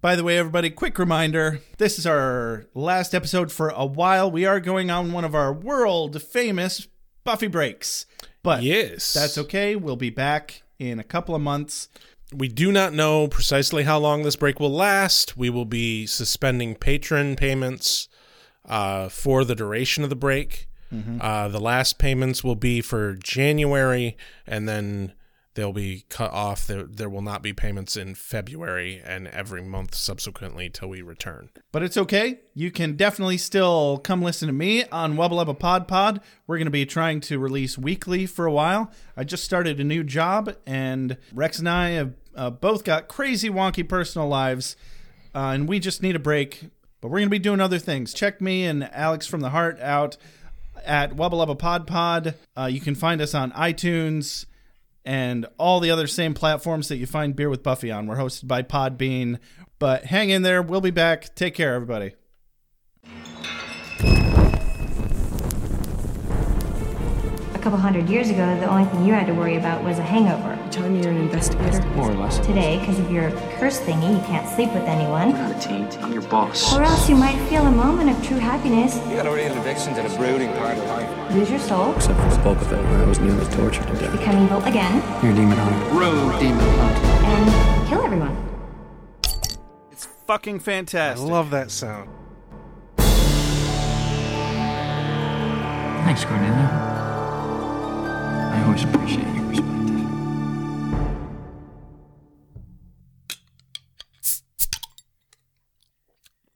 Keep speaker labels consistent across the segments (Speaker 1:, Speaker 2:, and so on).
Speaker 1: By the way, everybody, quick reminder this is our last episode for a while. We are going on one of our world famous Buffy breaks. But
Speaker 2: Yes.
Speaker 1: that's okay. We'll be back in a couple of months.
Speaker 2: We do not know precisely how long this break will last. We will be suspending patron payments uh, for the duration of the break. Uh, the last payments will be for January, and then they'll be cut off. There, there will not be payments in February and every month subsequently till we return.
Speaker 1: But it's okay. You can definitely still come listen to me on Wubba Lubba Pod Pod. We're going to be trying to release weekly for a while. I just started a new job, and Rex and I have uh, both got crazy, wonky personal lives, uh, and we just need a break. But we're going to be doing other things. Check me and Alex from the Heart out at Wubba Lubba Pod Pod. Uh, you can find us on iTunes and all the other same platforms that you find Beer with Buffy on. We're hosted by Podbean. But hang in there. We'll be back. Take care, everybody.
Speaker 3: A couple hundred years ago, the only thing you had to worry about was a hangover.
Speaker 4: Time you're an investigator.
Speaker 5: More or less.
Speaker 3: Today, because of your curse thingy, you can't sleep with anyone.
Speaker 5: I'm a team. I'm your boss.
Speaker 3: Or else you might feel a moment of true happiness,
Speaker 6: You got a real addiction to the brooding part of life.
Speaker 3: lose your soul,
Speaker 7: Except for Spokaville, where I was nearly tortured to death.
Speaker 3: become evil again,
Speaker 7: Your demon hunter. Rogue demon hunter.
Speaker 3: and kill everyone.
Speaker 1: It's fucking fantastic.
Speaker 2: Love that sound.
Speaker 7: Thanks, Cornelia. I always appreciate your perspective.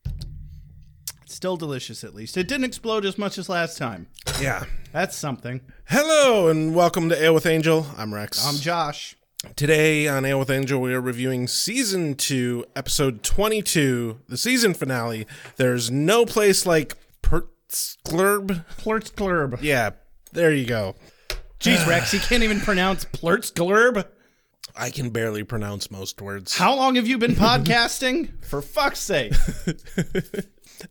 Speaker 1: It's still delicious, at least. It didn't explode as much as last time.
Speaker 2: Yeah.
Speaker 1: That's something.
Speaker 2: Hello and welcome to Ale with Angel. I'm Rex.
Speaker 1: I'm Josh.
Speaker 2: Today on Ale with Angel, we are reviewing season two, episode 22, the season finale. There's no place like Pertzglurb.
Speaker 1: Plurtzglurb.
Speaker 2: Yeah, there you go.
Speaker 1: Jeez, Rex, you can't even pronounce Plurtzglurb.
Speaker 2: I can barely pronounce most words.
Speaker 1: How long have you been podcasting? For fuck's sake.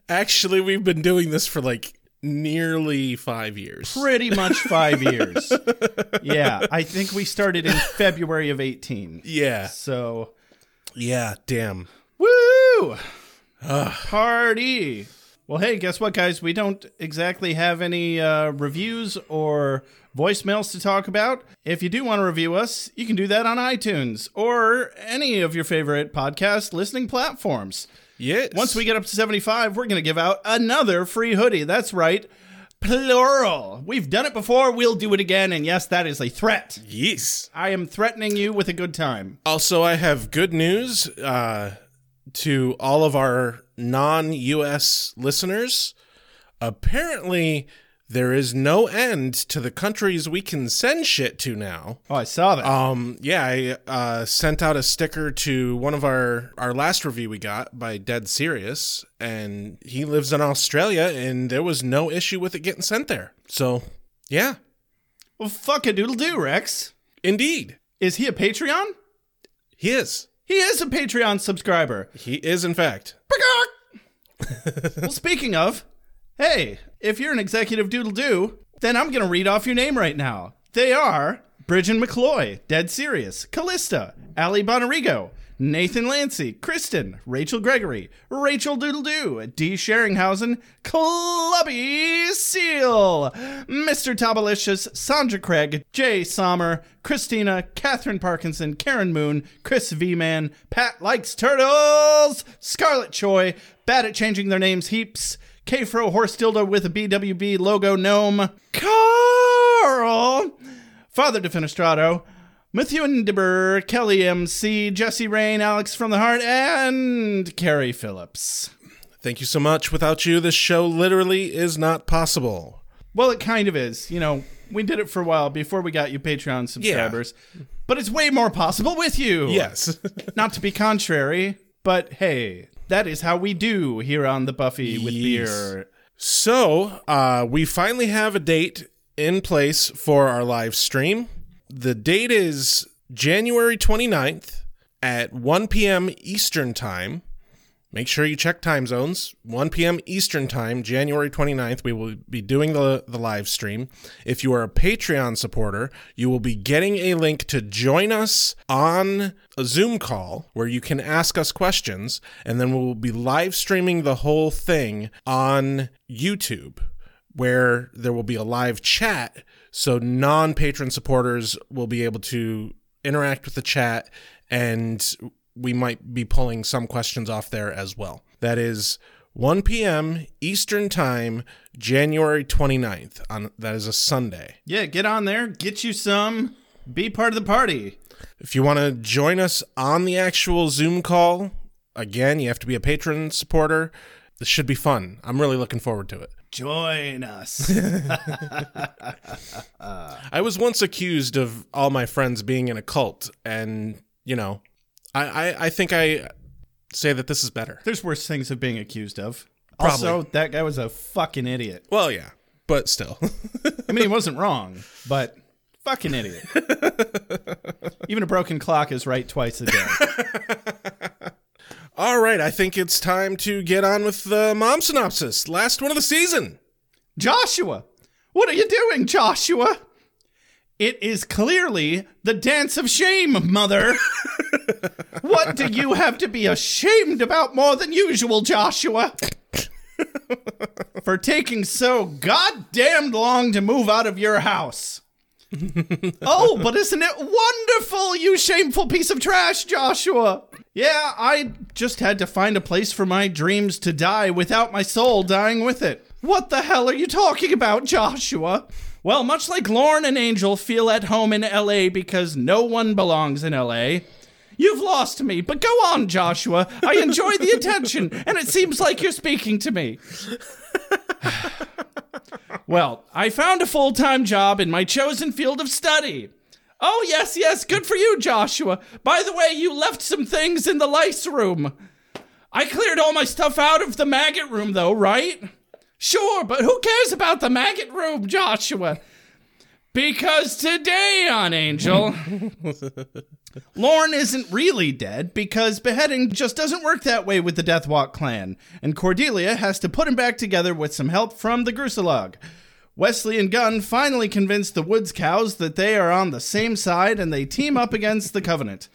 Speaker 2: Actually, we've been doing this for like nearly five years.
Speaker 1: Pretty much five years. Yeah, I think we started in February of 18.
Speaker 2: Yeah,
Speaker 1: So,
Speaker 2: yeah, damn.
Speaker 1: woo! Party! Well, hey, guess what, guys? We don't exactly have any uh, reviews or voicemails to talk about. If you do want to review us, you can do that on iTunes or any of your favorite podcast listening platforms.
Speaker 2: Yes.
Speaker 1: Once we get up to 75, we're going to give out another free hoodie. That's right. Plural. We've done it before. We'll do it again. And yes, that is a threat.
Speaker 2: Yes.
Speaker 1: I am threatening you with a good time.
Speaker 2: Also, I have good news uh, to all of our non US listeners. Apparently, there is no end to the countries we can send shit to now.
Speaker 1: Oh, I saw that.
Speaker 2: Um, yeah, I uh, sent out a sticker to one of our, our last review we got by Dead Serious, and he lives in Australia, and there was no issue with it getting sent there. So, yeah,
Speaker 1: well, fuck a doodle do, Rex.
Speaker 2: indeed.
Speaker 1: Is he a Patreon?
Speaker 2: He is.
Speaker 1: He is a Patreon subscriber.
Speaker 2: He is, in fact.
Speaker 1: well, speaking of, hey, if you're an executive doodle doo, then I'm going to read off your name right now. They are Bridget McCloy, Dead Serious, Callista, Ali Bonarigo, Nathan Lancy, Kristen, Rachel Gregory, Rachel Doodle Doo, D. Sheringhausen, Clubby Seal, Mr. Tobalicious, Sandra Craig, Jay Sommer, Christina, Catherine Parkinson, Karen Moon, Chris V Man, Pat Likes Turtles, Scarlet Choi, bad at changing their names heaps, K-Fro Horse Dildo with a BWB logo gnome, Carl, Father Defenestrado, Matthew Ndibber, Kelly MC, Jesse Rain, Alex from the Heart, and Carrie Phillips.
Speaker 2: Thank you so much. Without you, this show literally is not possible.
Speaker 1: Well, it kind of is. You know, we did it for a while before we got you Patreon subscribers, but it's way more possible with you.
Speaker 2: Yes.
Speaker 1: Not to be contrary, but hey, that is how we do here on the Buffy with
Speaker 2: Yes.
Speaker 1: Beer.
Speaker 2: so, uh, we finally have a date in place for our live stream. The date is January 29th at 1 p.m. Eastern Time. Make sure you check time zones. 1 p.m. Eastern Time, January 29th, we will be doing the, the live stream. If you are a Patreon supporter, you will be getting a link to join us on a Zoom call where you can ask us questions, and then we will be live streaming the whole thing on YouTube where there will be a live chat so non-patron supporters will be able to interact with the chat and we might be pulling some questions off there as well that is 1 p.m eastern time january 29th on that is a sunday
Speaker 1: Yeah, get on there, get you some, be part of the party.
Speaker 2: if you want to join us on the actual zoom call again you have to be a patron supporter this should be fun i'm really looking forward to it
Speaker 1: Join us.
Speaker 2: I was once accused of all my friends being in a cult, and you know, I I, I think I say that this is better.
Speaker 1: There's worse things of being accused of.
Speaker 2: Probably.
Speaker 1: Also, that guy was a fucking idiot.
Speaker 2: Well, yeah, but still,
Speaker 1: I mean, he wasn't wrong, but fucking idiot. Even a broken clock is right twice a day.
Speaker 2: all right. I think it's time to get on with the mom synopsis, last one of the season.
Speaker 1: Joshua, what are you doing, Joshua? It is clearly the dance of shame, mother. what do you have to be ashamed about more than usual, Joshua? For taking so goddamned long to move out of your house. oh, but isn't it wonderful, you shameful piece of trash, Joshua? Yeah, I just had to find a place for my dreams to die without my soul dying with it. What the hell are you talking about, Joshua? Well, much like Lorne and Angel feel at home in LA because no one belongs in LA, you've lost me, but go on, Joshua. I enjoy the attention, and it seems like you're speaking to me. Well, I found a full time job in my chosen field of study. Oh, yes, yes, good for you, Joshua. By the way, you left some things in the lice room. I cleared all my stuff out of the maggot room, though, right? Sure, but who cares about the maggot room, Joshua? Because today on Angel, Lorne isn't really dead because beheading just doesn't work that way with the Deathwalk clan, and Cordelia has to put him back together with some help from the Gruselog. Wesley and Gunn finally convince the Woods cows that they are on the same side and they team up against the Covenant.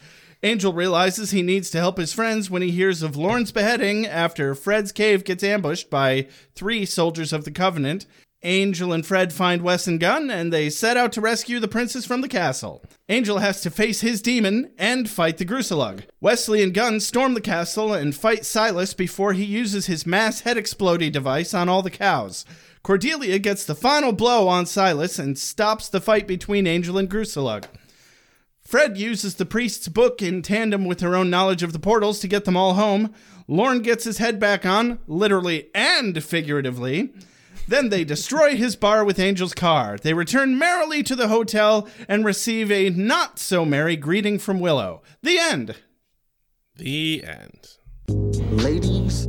Speaker 1: Angel realizes he needs to help his friends when he hears of Lauren's beheading after Fred's cave gets ambushed by three soldiers of the Covenant. Angel and Fred find Wes and Gunn and they set out to rescue the princess from the castle. Angel has to face his demon and fight the Gruselug. Wesley and Gunn storm the castle and fight Silas before he uses his mass head explodey device on all the cows. Cordelia gets the final blow on Silas and stops the fight between Angel and Gruselug. Fred uses the priest's book in tandem with her own knowledge of the portals to get them all home. Lorne gets his head back on, literally and figuratively. Then they destroy his bar with Angel's car. They return merrily to the hotel and receive a not so merry greeting from Willow. The end.
Speaker 2: The end.
Speaker 4: Ladies,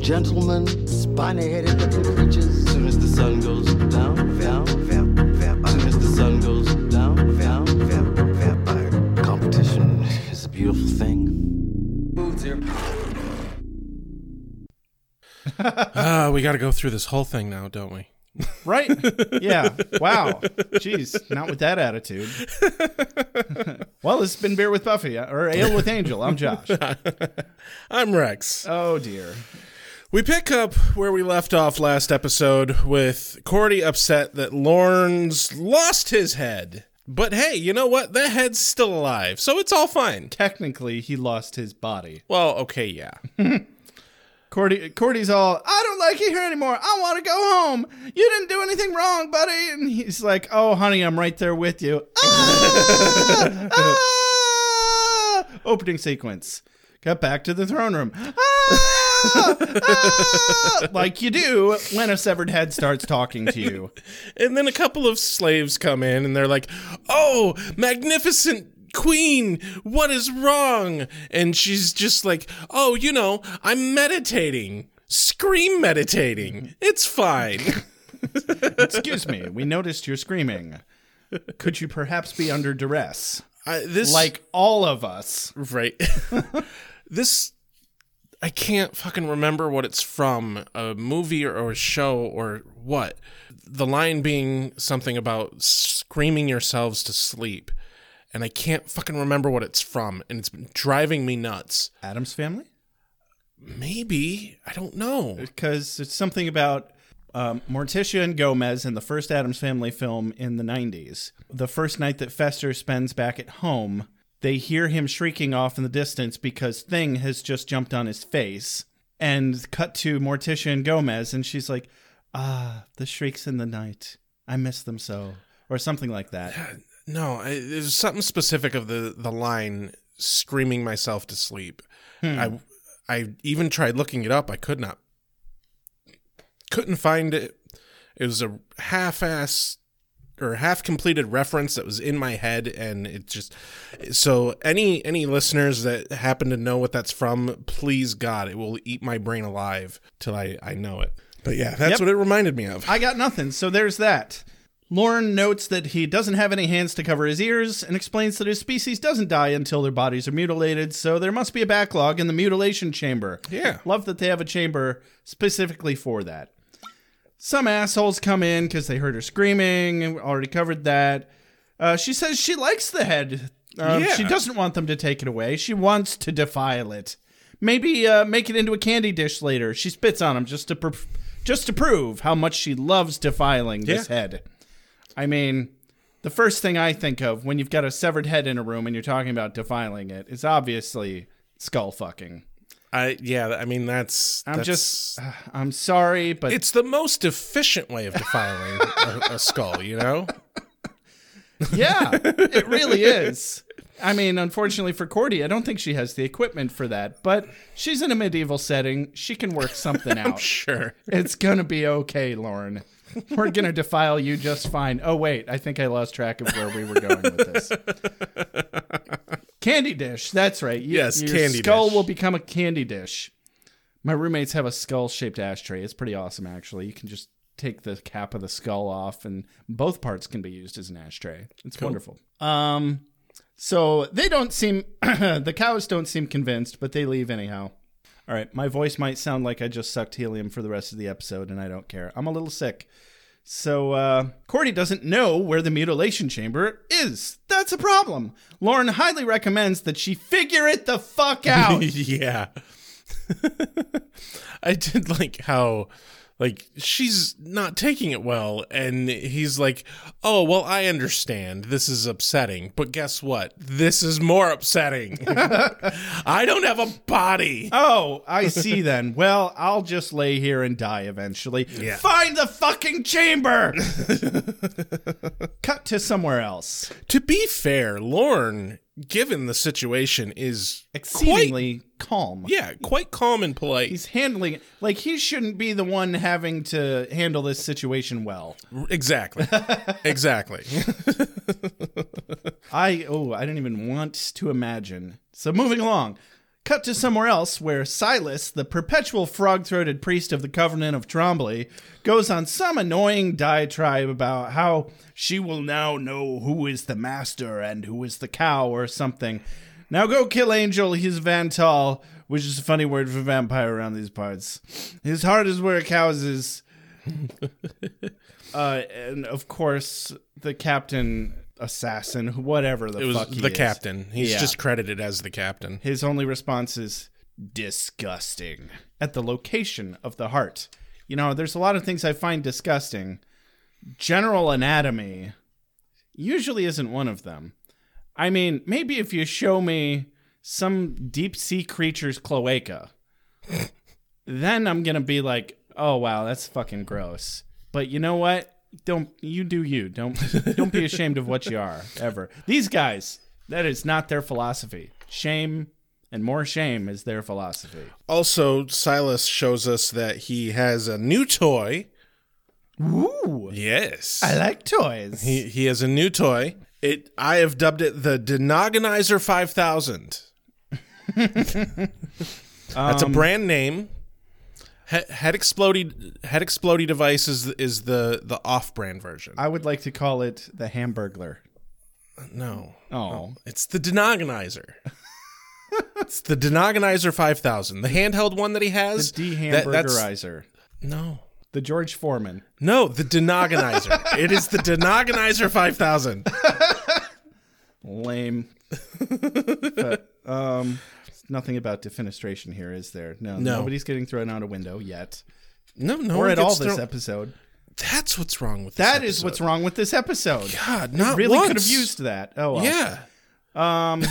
Speaker 4: gentlemen, spiny-headed little creatures. Soon as the sun goes down, down, down, down. Soon as the sun goes down, down, down, vampire. Competition is a beautiful thing.
Speaker 6: Foods here.
Speaker 2: Uh, we got to go through this whole thing now, don't we?
Speaker 1: Right? yeah. Wow. Jeez, not with that attitude. well, this has been Beer with Buffy uh, or Ale with Angel. I'm Josh.
Speaker 2: I'm Rex.
Speaker 1: Oh, dear.
Speaker 2: We pick up where we left off last episode with Cordy upset that Lorne's lost his head. But hey, you know what? That head's still alive, so it's all fine.
Speaker 1: Technically, he lost his body.
Speaker 2: Well, okay, yeah.
Speaker 1: Cordy, Cordy's all, I don't like you here anymore. I want to go home. You didn't do anything wrong, buddy. And he's like, Oh, honey, I'm right there with you. Ah! Ah! Opening sequence. Got back to the throne room. Ah! Ah! Like you do when a severed head starts talking to you.
Speaker 2: And then a couple of slaves come in and they're like, Oh, magnificent queen, what is wrong? And she's just like, Oh, you know, I'm meditating. Scream meditating. It's fine.
Speaker 1: Excuse me, we noticed you're screaming. Could you perhaps be under duress?
Speaker 2: I, this
Speaker 1: Like all of us.
Speaker 2: Right. this I I can't fucking remember what it's from a movie or, or a show or what. The line being something about screaming yourselves to sleep. And I can't fucking remember what it's from. And it's been driving me nuts.
Speaker 1: Adam's family?
Speaker 2: Maybe. I don't know.
Speaker 1: Because it's something about um, Morticia and Gomez in the first Adams Family film in the 90s. The first night that Fester spends back at home, they hear him shrieking off in the distance because Thing has just jumped on his face. And cut to Morticia and Gomez, and she's like, ah, the shrieks in the night. I miss them so. Or something like that.
Speaker 2: No, I, there's something specific of the, the line screaming myself to sleep. I I even tried looking it up. I could not. Couldn't find it. It was a half-ass or half-completed reference that was in my head, and it just. So any any listeners that happen to know what that's from, please God, it will eat my brain alive till I I know it. But yeah, that's
Speaker 1: Yep.
Speaker 2: what it reminded me of.
Speaker 1: I got nothing, so there's that. Lauren notes that he doesn't have any hands to cover his ears and explains that his species doesn't die until their bodies are mutilated, so there must be a backlog in the mutilation chamber.
Speaker 2: Yeah.
Speaker 1: Love that they have a chamber specifically for that. Some assholes come in because they heard her screaming, and we already covered that. Uh, she says she likes the head. Um,
Speaker 2: Yeah.
Speaker 1: She doesn't want them to take it away. She wants to defile it. Maybe uh, make it into a candy dish later. She spits on him just to pr- just to prove how much she loves defiling this
Speaker 2: Yeah.
Speaker 1: head. I mean, the first thing I think of when you've got a severed head in a room and you're talking about defiling it is obviously skull fucking.
Speaker 2: I yeah, I mean that's.
Speaker 1: I'm
Speaker 2: that's-
Speaker 1: just, I'm sorry, but
Speaker 2: It's the most efficient way of defiling a, a skull, you know.
Speaker 1: yeah, it really is. I mean, unfortunately for Cordy, I don't think she has the equipment for that, but she's in a medieval setting. She can work something out.
Speaker 2: Sure.
Speaker 1: It's gonna be okay, Lauren. We're gonna defile you just fine. Oh wait, I think I lost track of where we were going with this. Candy dish. That's right. You-
Speaker 2: Yes,
Speaker 1: your
Speaker 2: candy
Speaker 1: skull
Speaker 2: dish.
Speaker 1: will become a candy dish. My roommates have a skull-shaped ashtray. It's pretty awesome, actually. You can just take the cap of the skull off, and both parts can be used as an ashtray. It's wonderful. Um, so they don't seem the cows don't seem convinced, but they leave anyhow. All right, my voice might sound like I just sucked helium for the rest of the episode, and I don't care. I'm a little sick. So, uh, Cordy doesn't know where the mutilation chamber is. That's a problem. Lauren highly recommends that she figure it the fuck out.
Speaker 2: yeah. I did like how like she's not taking it well and he's like, "Oh, well I understand. This is upsetting, but guess what? This is more upsetting. I don't have a body."
Speaker 1: oh, I see then. Well, I'll just lay here and die eventually.
Speaker 2: Yeah.
Speaker 1: Find the fucking chamber! Cut to somewhere else.
Speaker 2: To be fair, Lorne, given the situation is quite,
Speaker 1: Exceedingly calm.
Speaker 2: yeah, quite calm and polite.
Speaker 1: He's handling it. Like, he shouldn't be the one having to handle this situation well.
Speaker 2: Exactly. exactly.
Speaker 1: I oh, I don't even want to imagine. So moving along. Cut to somewhere else where Silas, the perpetual frog throated priest of the Covenant of Trombley, goes on some annoying diatribe about how she will now know who is the master and who is the cow or something. Now go kill Angel, he's Vantal, which is a funny word for vampire around these parts. His heart is where a cow's is. Uh, and of course, the captain assassin, whatever the
Speaker 2: It was
Speaker 1: fuck he
Speaker 2: the
Speaker 1: is.
Speaker 2: captain. He's
Speaker 1: Yeah.
Speaker 2: just credited as the captain.
Speaker 1: His only response is disgusting at the location of the heart. You know, there's a lot of things I find disgusting. General anatomy usually isn't one of them. I mean, maybe if you show me some deep sea creature's cloaca, then I'm going to be like, "Oh wow, that's fucking gross." But you know what? Don't you do you. Don't don't be ashamed of what you are ever. These guys, that is not their philosophy. Shame and more shame is their philosophy.
Speaker 2: Also, Silas shows us that he has a new toy.
Speaker 1: Ooh.
Speaker 2: Yes.
Speaker 1: I like toys.
Speaker 2: he, he has a new toy. It I have dubbed it the Denogonizer 5000. That's
Speaker 1: Um,
Speaker 2: a brand name. He- Head exploded head exploded device is, is the the off brand version.
Speaker 1: I would like to call it the Hamburglar.
Speaker 2: no,
Speaker 1: Oh.
Speaker 2: it's the Denogonizer. It's the Denogonizer 5000, the handheld one that he has.
Speaker 1: D
Speaker 2: That- that's-
Speaker 1: hamburgerizer.
Speaker 2: no.
Speaker 1: the George Foreman.
Speaker 2: No, the Denogonizer. it is the Denogonizer 5000.
Speaker 1: Lame. But, um, nothing about defenestration here, is there? No,
Speaker 2: No.
Speaker 1: Nobody's getting thrown out a window yet,
Speaker 2: No, no.
Speaker 1: or
Speaker 2: one
Speaker 1: at all
Speaker 2: gets
Speaker 1: this
Speaker 2: thrown-
Speaker 1: episode.
Speaker 2: That's what's wrong with
Speaker 1: That is
Speaker 2: this
Speaker 1: what's wrong with this episode.
Speaker 2: God, not
Speaker 1: really
Speaker 2: once.
Speaker 1: could have used that. Oh, well.
Speaker 2: Yeah.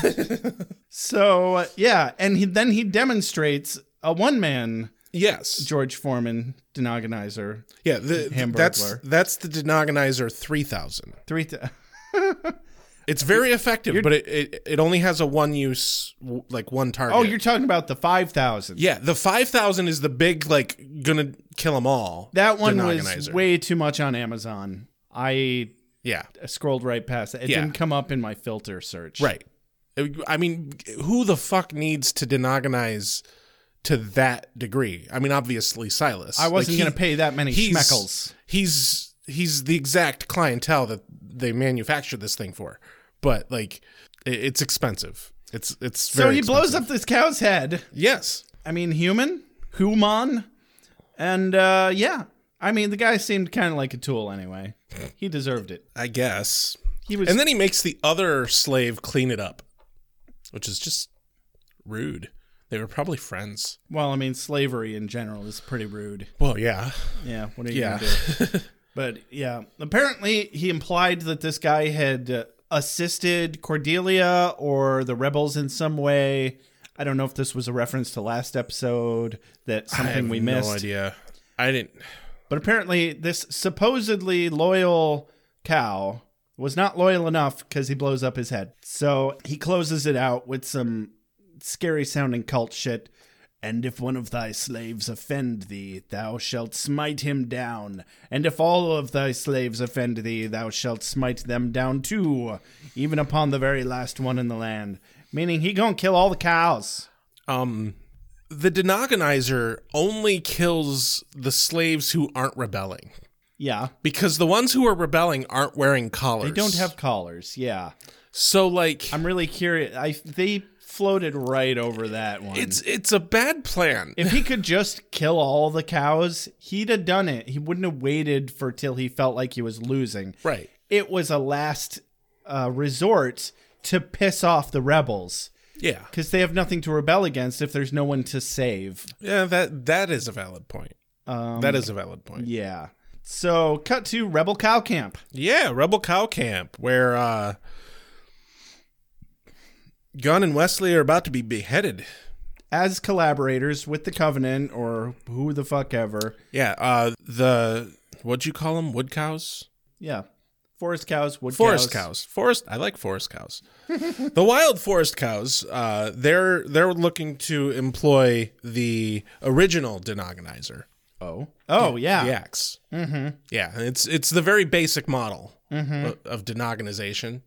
Speaker 1: So uh, yeah, and he, then he demonstrates a one-man
Speaker 2: Yes.
Speaker 1: George Foreman denogonizer.
Speaker 2: Yeah, the,
Speaker 1: Hamburglar.
Speaker 2: that's that's the Denogonizer 3000.
Speaker 1: Three. Th-
Speaker 2: It's very effective, but it, it it only has a one use w- like one target.
Speaker 1: oh, you're talking about the five thousand.
Speaker 2: yeah, the 5000 is the big like gonna kill them all.
Speaker 1: That one was
Speaker 2: Denogonizer.
Speaker 1: way too much on Amazon. I
Speaker 2: Yeah.
Speaker 1: scrolled right past it. It
Speaker 2: Yeah.
Speaker 1: didn't come up in my filter search.
Speaker 2: Right. I mean, who the fuck needs to denogonize to that degree? I mean, obviously Silas.
Speaker 1: I wasn't
Speaker 2: Like, he-
Speaker 1: going to pay that many
Speaker 2: he's-
Speaker 1: schmeckles.
Speaker 2: He's he's the exact clientele that they manufacture this thing for. But like i- it's expensive. It's it's
Speaker 1: So
Speaker 2: very
Speaker 1: he blows
Speaker 2: expensive.
Speaker 1: up this cow's head.
Speaker 2: Yes.
Speaker 1: I mean, human, human, and uh, yeah. I mean, the guy seemed kind of like a tool anyway. He deserved it.
Speaker 2: I guess.
Speaker 1: He was.
Speaker 2: And then he makes the other slave clean it up, which is just rude. They were probably friends.
Speaker 1: well, I mean, slavery in general is pretty rude.
Speaker 2: Well, yeah.
Speaker 1: Yeah. What are you
Speaker 2: Yeah.
Speaker 1: gonna do? but yeah, apparently he implied that this guy had uh, assisted Cordelia or the rebels in some way. I don't know if this was a reference to last episode that
Speaker 2: I have
Speaker 1: something we
Speaker 2: no
Speaker 1: missed.
Speaker 2: idea. I didn't.
Speaker 1: But apparently, this supposedly loyal cow was not loyal enough because he blows up his head. So he closes it out with some scary sounding cult shit. And if one of thy slaves offend thee, thou shalt smite him down. And if all of thy slaves offend thee, thou shalt smite them down too, even upon the very last one in the land. Meaning he gonna kill all the cows.
Speaker 2: Um, the denogonizer only kills the slaves who aren't rebelling
Speaker 1: Yeah.
Speaker 2: because the ones who are rebelling aren't wearing collars.
Speaker 1: They don't have collars. Yeah.
Speaker 2: So like
Speaker 1: I'm really curious. I they floated right over that one.
Speaker 2: it's it's a bad plan.
Speaker 1: if he could just kill all the cows, he'd have done it. He wouldn't have waited for till he felt like he was losing.
Speaker 2: right.
Speaker 1: It was a last uh, resort to piss off the rebels
Speaker 2: Yeah.
Speaker 1: because they have nothing to rebel against if there's no one to save.
Speaker 2: Yeah. That that is a valid point.
Speaker 1: Um,
Speaker 2: that is a valid point.
Speaker 1: Yeah. So cut to rebel cow camp.
Speaker 2: Yeah, Rebel Cow Camp, where uh, Gunn and Wesley are about to be beheaded.
Speaker 1: As collaborators with the Covenant or who the fuck ever.
Speaker 2: Yeah, uh, the what'd you call them? Wood cows?
Speaker 1: Yeah. Forest cows, wood
Speaker 2: forest cows. Forest. I like forest cows. the wild forest cows. Uh, they're they're looking to employ the original denogonizer,
Speaker 1: Oh. Oh, yeah.
Speaker 2: the ax Mm-hmm. Yeah, and it's it's the very basic model of, of denogonization.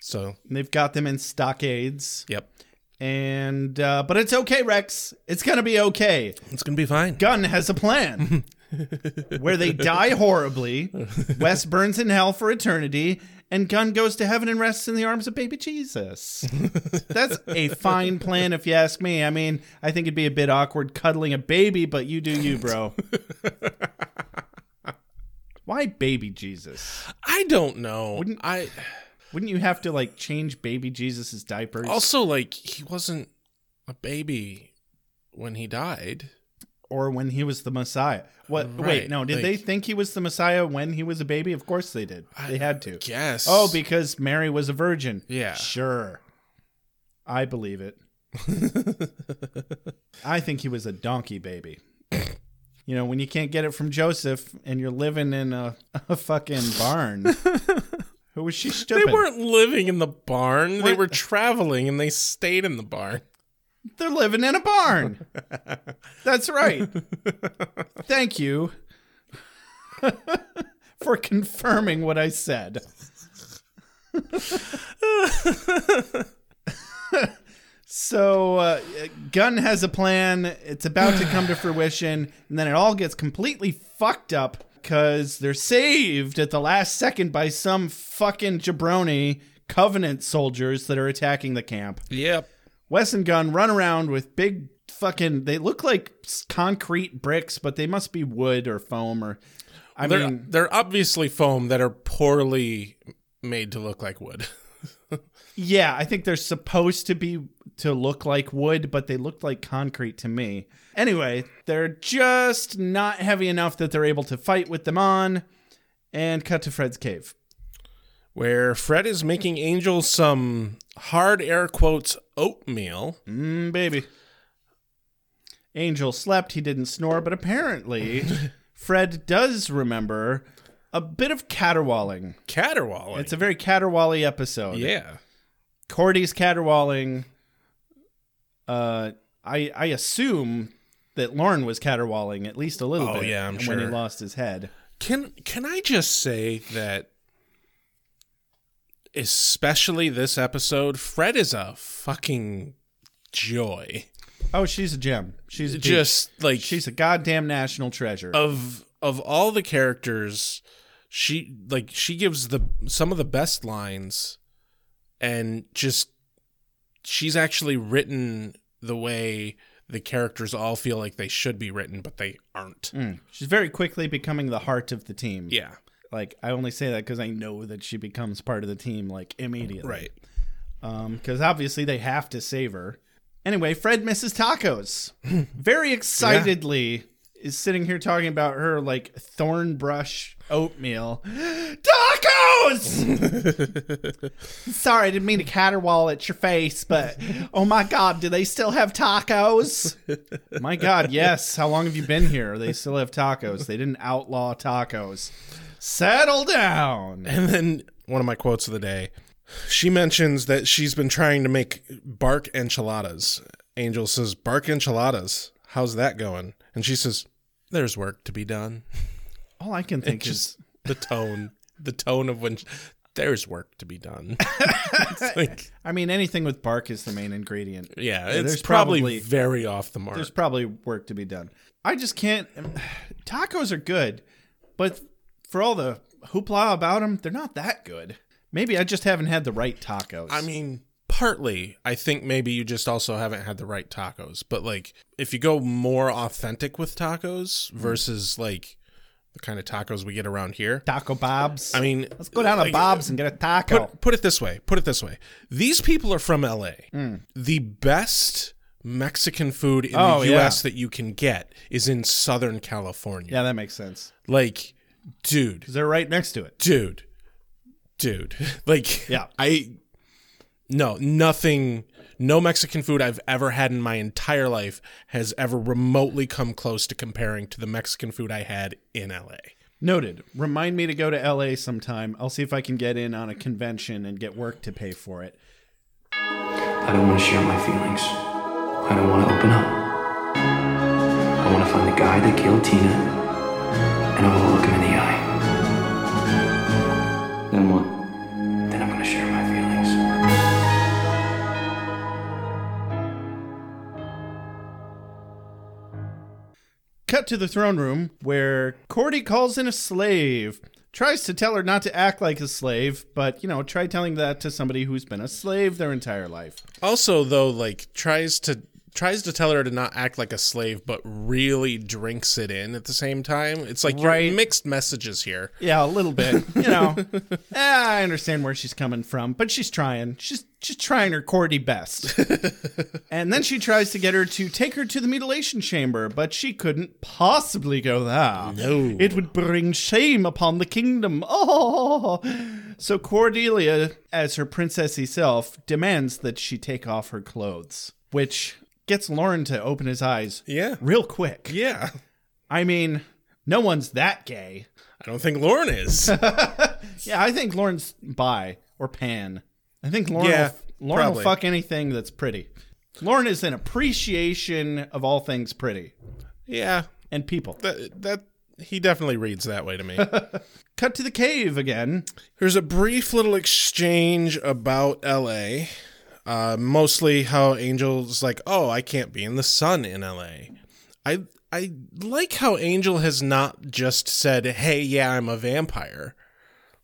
Speaker 2: So
Speaker 1: They've got them in stockades.
Speaker 2: yep,
Speaker 1: And uh, but it's okay, Rex. It's gonna be okay.
Speaker 2: it's gonna be fine.
Speaker 1: Gunn has a plan where they die horribly. Wes burns in hell for eternity, and Gunn goes to heaven and rests in the arms of baby Jesus. That's a fine plan, if you ask me. I mean, I think it'd be a bit awkward cuddling a baby, but you do you, bro. Why baby Jesus?
Speaker 2: I don't know. I
Speaker 1: Wouldn't you have to like change baby Jesus's diapers?
Speaker 2: also like he wasn't a baby when he died.
Speaker 1: or when he was the Messiah. What?
Speaker 2: Right,
Speaker 1: Wait, no. Did
Speaker 2: like-
Speaker 1: they think he was the Messiah when he was a baby? Of course they did. They had to.
Speaker 2: Yes.
Speaker 1: Oh, because Mary was a virgin.
Speaker 2: Yeah.
Speaker 1: Sure. I believe it. I think he was a donkey baby. You know, when you can't get it from Joseph and you're living in a, a fucking barn. Who was she
Speaker 2: they
Speaker 1: stupid?
Speaker 2: weren't living in the barn. They
Speaker 1: Weren't-
Speaker 2: were traveling and they stayed in the barn.
Speaker 1: They're living in a barn. That's right. Thank you for confirming what I said. so, uh, Gunn has a plan. It's about to come to fruition. And then it all gets completely fucked up because they're saved at the last second by some fucking jabroni covenant soldiers that are attacking the camp
Speaker 2: Yep.
Speaker 1: Wes and Gunn run around with big fucking. They look like s- concrete bricks, but they must be wood or foam or. I
Speaker 2: They're,
Speaker 1: mean,
Speaker 2: they're obviously foam that are poorly made to look like wood.
Speaker 1: yeah, I think they're supposed to be to look like wood, but they looked like concrete to me. Anyway, they're just not heavy enough that they're able to fight with them on. And cut to Fred's cave.
Speaker 2: Where Fred is making Angel some hard air quotes oatmeal.
Speaker 1: Mm, baby. Angel slept. He didn't snore, but apparently, Fred does remember a bit of caterwauling.
Speaker 2: Caterwauling.
Speaker 1: It's a very caterwaully episode.
Speaker 2: yeah.
Speaker 1: Cordy's caterwauling. Uh, I I assume that Lauren was caterwauling at least a little
Speaker 2: Oh,
Speaker 1: bit.
Speaker 2: yeah, I'm
Speaker 1: When he
Speaker 2: sure.
Speaker 1: lost his head.
Speaker 2: Can can I just say that especially this episode, Fred is a fucking joy.
Speaker 1: Oh, she's a gem. She's a
Speaker 2: Just Oh. like
Speaker 1: she's a goddamn national treasure.
Speaker 2: of of all the characters, she like she gives the some of the best lines and just she's actually written the way the characters all feel like they should be written, but they aren't.
Speaker 1: she's very quickly becoming the heart of the team.
Speaker 2: Yeah.
Speaker 1: Like I only say that because I know that she becomes part of the team like immediately.
Speaker 2: Right.
Speaker 1: because Um, obviously they have to save her. Anyway, Fred misses tacos. Very excitedly is sitting here talking about her like thorn brush oatmeal. Tacos! Sorry, I didn't mean to caterwaul at your face, but oh my god, do they still have tacos? my god, yes. How long have you been here? They still have tacos. They didn't outlaw tacos. Settle down.
Speaker 2: And then one of my quotes of the day, she mentions that she's been trying to make bark enchiladas. Angel says, "Bark enchiladas. How's that going?" And she says, "There's work to be done."
Speaker 1: All I can think is
Speaker 2: Just the tone, the tone of when she- there's work to be done. It's like,
Speaker 1: I mean, anything with bark is the main ingredient.
Speaker 2: yeah,
Speaker 1: there's
Speaker 2: it's probably,
Speaker 1: probably-
Speaker 2: very off the mark.
Speaker 1: There's probably work to be done. I just can't. Tacos are good, but for all the hoopla about them, they're not that good. Maybe I just haven't had the right tacos.
Speaker 2: I mean, partly, I think maybe you just also haven't had the right tacos. But like, if you go more authentic with
Speaker 1: Mm.
Speaker 2: tacos versus like the kind of tacos we get around here,
Speaker 1: Taco Bob's.
Speaker 2: I mean,
Speaker 1: let's go down to
Speaker 2: like,
Speaker 1: Bob's and get a taco.
Speaker 2: Put, put it this way. Put it this way. These people are from LA.
Speaker 1: Hmm.
Speaker 2: The best Mexican food in
Speaker 1: Oh,
Speaker 2: the
Speaker 1: yeah.
Speaker 2: US that you can get is in Southern California.
Speaker 1: yeah, that makes sense.
Speaker 2: Like, dude,
Speaker 1: 'Cause They're right next to it.
Speaker 2: dude, dude. Like,
Speaker 1: Yeah.
Speaker 2: I no nothing. No Mexican food I've ever had in my entire life has ever remotely come close to comparing to the Mexican food I had in LA.
Speaker 1: Noted. Remind me to go to LA sometime. I'll see if I can get in on a convention and get work to pay for it.
Speaker 7: I don't want to share my feelings. I don't want to open up. I want to find the guy that killed Tina, and I want to look him in the eye.
Speaker 6: Then what?
Speaker 7: Then I'm going to share my feelings.
Speaker 1: Cut to the throne room where Cordy calls in a slave, tries to tell her not to act like a slave, but you know, try telling that to somebody who's been a slave their entire life.
Speaker 2: Also, though, like tries to tries to tell her to not act like a slave, but really drinks it in at the same time. It's like you're
Speaker 1: Right.
Speaker 2: mixed messages here.
Speaker 1: Yeah, a little bit, you know. Eh, I understand where she's coming from, but she's trying. She's she's trying her Cordy best. and then she tries to get her to take her to the mutilation chamber, but she couldn't possibly go there.
Speaker 2: No.
Speaker 1: It would bring shame upon the kingdom. Oh. So Cordelia, as her princessy self, demands that she take off her clothes, which gets Lauren to open his eyes
Speaker 2: Yeah.
Speaker 1: real quick.
Speaker 2: Yeah,
Speaker 1: I mean, no one's that gay.
Speaker 2: I don't think Lauren is.
Speaker 1: Yeah, I think Lauren's bi or pan. I think Lauren,
Speaker 2: Yeah,
Speaker 1: will, Lauren will
Speaker 2: probably.
Speaker 1: fuck anything that's pretty. Lauren is an appreciation of all things pretty
Speaker 2: yeah,
Speaker 1: and people.
Speaker 2: that that he definitely reads that way to me.
Speaker 1: Cut to the cave again.
Speaker 2: There's a brief little exchange about LA. Uh, mostly how Angel's like, oh, I can't be in the sun in LA. I I like how Angel has not just said, hey, yeah, I'm a vampire.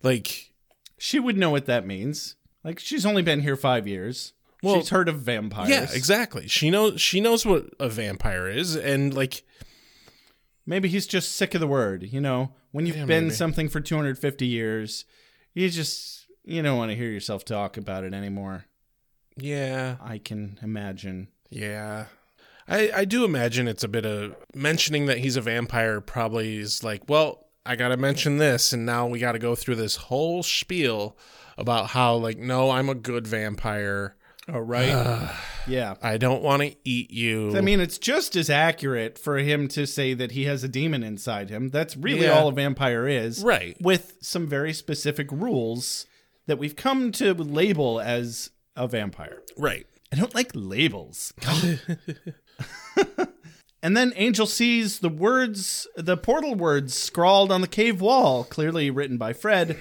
Speaker 2: Like,
Speaker 1: She would know what that means. Like she's only been here five years.
Speaker 2: Well,
Speaker 1: She's heard of vampires.
Speaker 2: yeah, exactly. She knows she knows what a vampire is, and like
Speaker 1: Maybe he's just sick of the word. You know, when you've
Speaker 2: Yeah,
Speaker 1: been
Speaker 2: maybe.
Speaker 1: something for 250 years, you just you don't want to hear yourself talk about it anymore.
Speaker 2: yeah,
Speaker 1: I can imagine.
Speaker 2: yeah. I I do imagine it's a bit of mentioning that he's a vampire. Probably is like, well, I gotta mention this, and now we gotta go through this whole spiel about how like, no, I'm a good vampire. Uh,
Speaker 1: Oh right. yeah.
Speaker 2: I don't want to eat you.
Speaker 1: I mean, it's just as accurate for him to say that he has a demon inside him. That's really
Speaker 2: Yeah.
Speaker 1: all a vampire is.
Speaker 2: Right.
Speaker 1: With some very specific rules that we've come to label as a vampire.
Speaker 2: right.
Speaker 1: I don't like labels. and then Angel sees the words, the portal words scrawled on the cave wall, clearly written by Fred.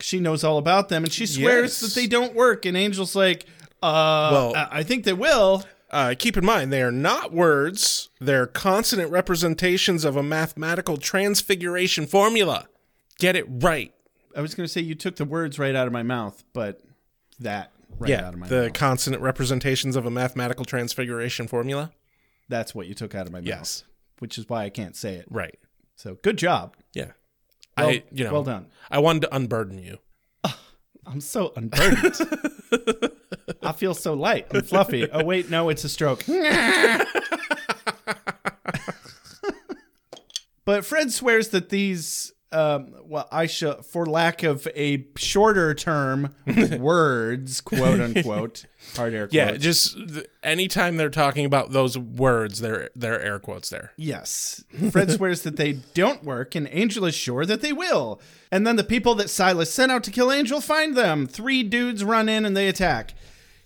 Speaker 1: She knows all about them and she swears
Speaker 2: Yes.
Speaker 1: that they don't work. And Angel's like, uh,
Speaker 2: Well-
Speaker 1: I-, I think they will.
Speaker 2: Uh, keep in mind, they are not words. They're consonant representations of a mathematical transfiguration formula. Get it right.
Speaker 1: I was going to say you took the words right out of my mouth, but that right
Speaker 2: yeah,
Speaker 1: out of my
Speaker 2: the
Speaker 1: mouth.
Speaker 2: consonant representations of a mathematical transfiguration formula.
Speaker 1: That's what you took out of my mouth,
Speaker 2: Yes,
Speaker 1: which is why I can't say it.
Speaker 2: right.
Speaker 1: So good job.
Speaker 2: Yeah,
Speaker 1: Well,
Speaker 2: I you know
Speaker 1: well done.
Speaker 2: I wanted to unburden you.
Speaker 1: I'm so unburdened. I feel so light and fluffy. Oh wait, no, it's a stroke. but Fred swears that these, um, well, I shall, for lack of a shorter term, words, quote unquote, hard air.
Speaker 2: Yeah,
Speaker 1: quotes.
Speaker 2: just th- anytime they're talking about those words, there there are air quotes there.
Speaker 1: Yes. Fred swears that they don't work, and Angel is sure that they will. And then the people that Silas sent out to kill Angel find them. Three dudes run in and they attack.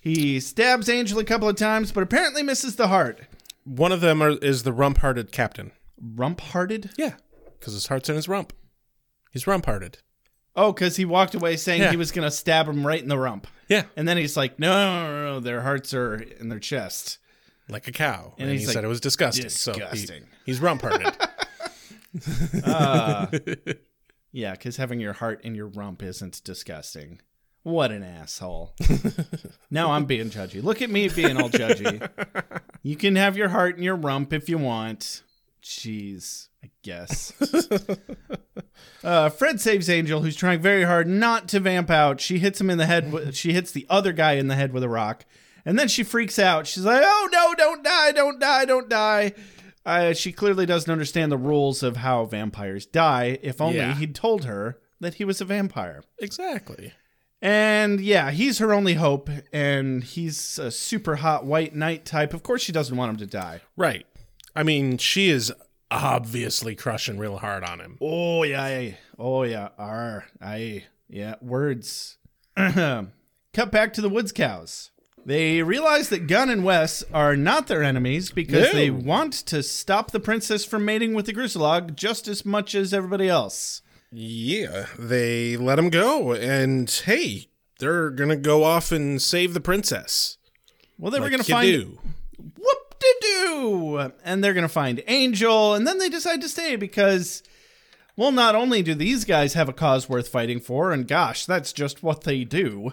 Speaker 1: He stabs Angel a couple of times, but apparently misses the heart.
Speaker 2: One of them are, is the rump-hearted captain.
Speaker 1: Rump hearted?
Speaker 2: Yeah, because his heart's in his rump. He's rump-hearted.
Speaker 1: Oh, because he walked away saying
Speaker 2: Yeah.
Speaker 1: he was going to stab him right in the rump.
Speaker 2: Yeah,
Speaker 1: And then he's like, no, no, no, no, their hearts are in their chest.
Speaker 2: like a cow. And,
Speaker 1: he's
Speaker 2: he
Speaker 1: like,
Speaker 2: said it was disgusting. So he-
Speaker 1: "Disgusting."
Speaker 2: he's rump-hearted.
Speaker 1: Yeah, because having your heart in your rump isn't disgusting. What an asshole. now I'm being judgy. Look at me being all judgy. You can have your heart in your rump if you want. Jeez, I guess. uh, Fred saves Angel, who's trying very hard not to vamp out. She hits him in the head. wi- She hits the other guy in the head with a rock. And then she freaks out. She's like, oh no, don't die, don't die, don't die. Uh, she clearly doesn't understand the rules of how vampires die. If only
Speaker 2: Yeah.
Speaker 1: he'd told her that he was a vampire.
Speaker 2: exactly.
Speaker 1: And yeah, he's her only hope, and he's a super hot white knight type. Of course, she doesn't want him to die.
Speaker 2: Right. I mean, she is obviously crushing real hard on him.
Speaker 1: Oh yeah, yeah. oh yeah, R I yeah. Words. Cut back to the woods cows. They realize that Gunn and Wes are not their enemies because
Speaker 2: No.
Speaker 1: they want to stop the princess from mating with the Gruselog just as much as everybody else.
Speaker 2: Yeah, they let him go, and hey, they're gonna go off and save the princess.
Speaker 1: Well, they were
Speaker 2: Like
Speaker 1: going to
Speaker 2: you
Speaker 1: find
Speaker 2: do.
Speaker 1: whoop de doo and they're gonna find angel and then they decide to stay because well not only do these guys have a cause worth fighting for and gosh that's just what they do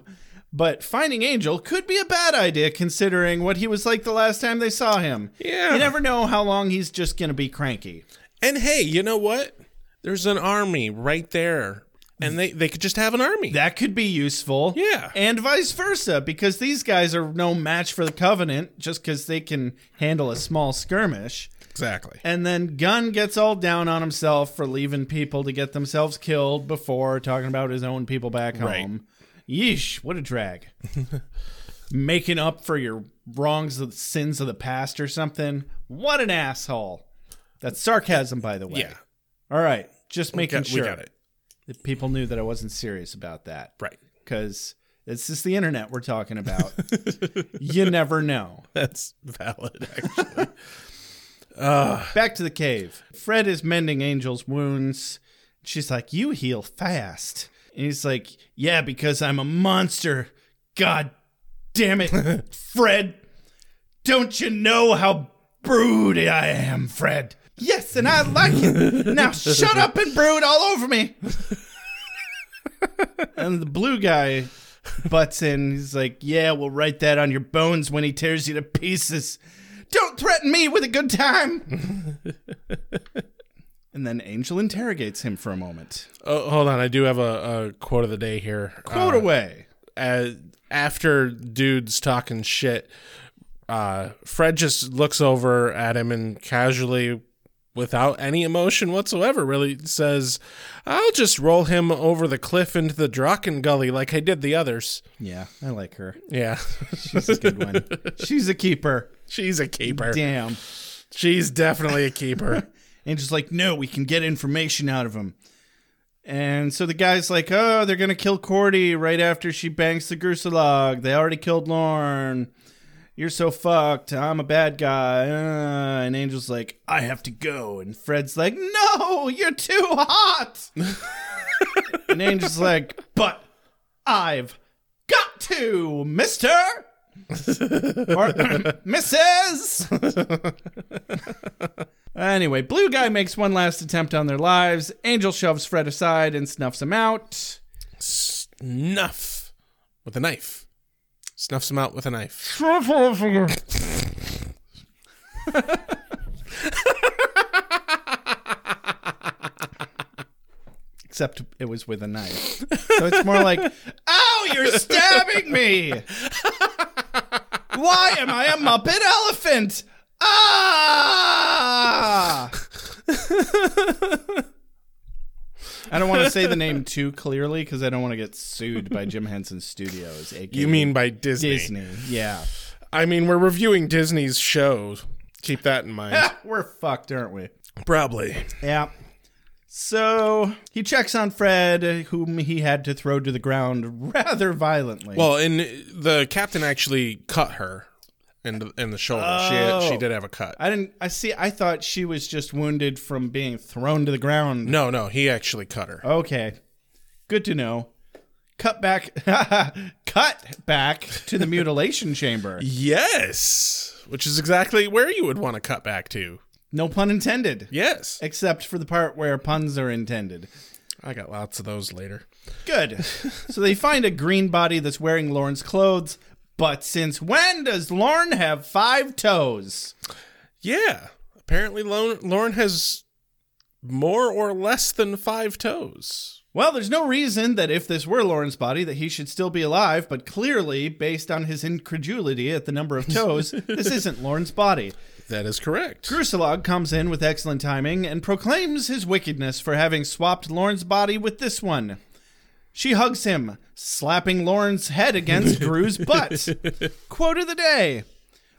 Speaker 1: but finding angel could be a bad idea considering what he was like the last time they saw him
Speaker 2: Yeah.
Speaker 1: you never know how long he's just gonna be cranky
Speaker 2: And hey, you know what? There's an army right there, and they they could just have an army.
Speaker 1: that could be useful
Speaker 2: Yeah.
Speaker 1: and vice versa because these guys are no match for the covenant just because they can handle a small skirmish
Speaker 2: exactly.
Speaker 1: And then Gunn gets all down on himself for leaving people to get themselves killed before talking about his own people back
Speaker 2: Right.
Speaker 1: home. Yeesh, what a drag. Making up for your wrongs of the sins of the past or something. What an asshole. That's sarcasm, by the way.
Speaker 2: yeah,
Speaker 1: All right. Just making
Speaker 2: got-
Speaker 1: sure
Speaker 2: we got it
Speaker 1: that people knew that I wasn't serious about that.
Speaker 2: right.
Speaker 1: Because it's just the internet we're talking about. you never know.
Speaker 2: That's valid. Actually.
Speaker 1: Ah. Back to the cave. Fred is mending Angel's wounds. She's like, You heal fast. And he's like, Yeah, because I'm a monster. God damn it, Fred. Don't you know how broody I am, Fred? Yes, and I like it. Now shut up and brood all over me. and the blue guy butts in. He's like, "Yeah, we'll write that on your bones when he tears you to pieces. Don't threaten me with a good time." and then Angel interrogates him for a moment.
Speaker 2: Oh, hold on, I do have a, a quote of the day here.
Speaker 1: Quote
Speaker 2: Uh,
Speaker 1: away.
Speaker 2: uh, after dudes talking shit, uh, Fred just looks over at him and casually, without any emotion whatsoever, really says, "I'll just roll him over the cliff into the Draken Gully like I did the others."
Speaker 1: Yeah, I like her.
Speaker 2: Yeah,
Speaker 1: She's a good one. She's a keeper.
Speaker 2: she's a keeper.
Speaker 1: Damn.
Speaker 2: She's definitely a keeper.
Speaker 1: Angel's like, no, we can get information out of him. And so the guy's like, oh, they're going to kill Cordy right after she bangs the Gruselog. They already killed Lorne. You're so fucked. I'm a bad guy. Uh, and Angel's like, I have to go. And Fred's like, no, you're too hot. and Angel's like, but I've got to, mister. or Mrs. Anyway, Blue Guy makes one last attempt on their lives. Angel shoves Fred aside and snuffs him out.
Speaker 2: Snuff with a knife. Snuffs him out with a knife.
Speaker 1: Except it was with a knife. So it's more like, ow, you're stabbing me! Why am I a Muppet elephant? Ah! I don't want to say the name too clearly because I don't want to get sued by Jim Henson Studios. AKA
Speaker 2: You mean by Disney?
Speaker 1: Disney? Yeah.
Speaker 2: I mean, we're reviewing Disney's shows. Keep that in mind.
Speaker 1: We're fucked, aren't we?
Speaker 2: Probably.
Speaker 1: Yeah. So he checks on Fred, whom he had to throw to the ground rather violently.
Speaker 2: Well, and the captain actually cut her in the, in the shoulder. She
Speaker 1: Oh.
Speaker 2: she did have a cut.
Speaker 1: I didn't. I see. I thought she was just wounded from being thrown to the ground.
Speaker 2: no, no, he actually cut her.
Speaker 1: Okay. Good to know. Cut back. cut back to the mutilation chamber.
Speaker 2: Yes, which is exactly where you would want to cut back to.
Speaker 1: No pun intended.
Speaker 2: Yes,
Speaker 1: Except for the part where puns are intended.
Speaker 2: I got lots of those later.
Speaker 1: Good. so they find a green body that's wearing Lauren's clothes. But since when does Lauren have five toes?
Speaker 2: Yeah, apparently Lo- Lauren has more or less than five toes.
Speaker 1: Well, there's no reason that if this were Lauren's body that he should still be alive, but clearly, based on his incredulity at the number of toes, this isn't Lauren's body.
Speaker 2: That is correct.
Speaker 1: Brusilog comes in with excellent timing and proclaims his wickedness for having swapped Lauren's body with this one. She hugs him, slapping Lauren's head against Gru's butt. Quote of the day.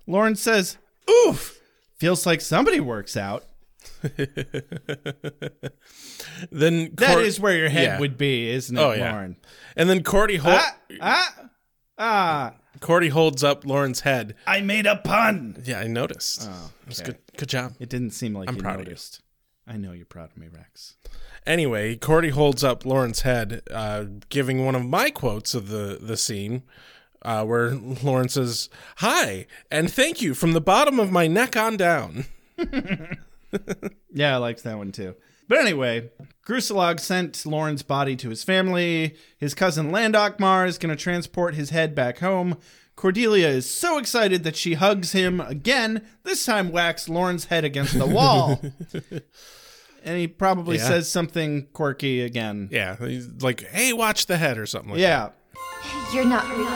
Speaker 1: Lauren says, Oof! Feels like somebody works out.
Speaker 2: Then
Speaker 1: That is
Speaker 2: Cor-
Speaker 1: where your head
Speaker 2: Yeah.
Speaker 1: would be, isn't it,
Speaker 2: Oh, yeah.
Speaker 1: Lauren?
Speaker 2: and then Cordy hol-
Speaker 1: Ah, ah, ah.
Speaker 2: Cordy holds up Lauren's head.
Speaker 1: I made a pun.
Speaker 2: Yeah, I noticed.
Speaker 1: Oh,
Speaker 2: It was good. Good job.
Speaker 1: It didn't seem like
Speaker 2: I'm
Speaker 1: you
Speaker 2: proud of you.
Speaker 1: noticed. I know you're proud of me, Rex.
Speaker 2: Anyway, Cordy holds up Lauren's head, uh, giving one of my quotes of the the scene, uh, where Lauren says, "Hi and thank you from the bottom of my neck on down."
Speaker 1: Yeah, I liked that one too. But anyway, Gruselog sent Lauren's body to his family. His cousin Landokmar is going to transport his head back home. Cordelia is so excited that she hugs him again, this time whacks Lauren's head against the wall. and he probably
Speaker 2: Yeah.
Speaker 1: says something quirky again.
Speaker 2: Yeah, he's like, "Hey, watch the head" or something. like
Speaker 1: Yeah.
Speaker 5: You're not real.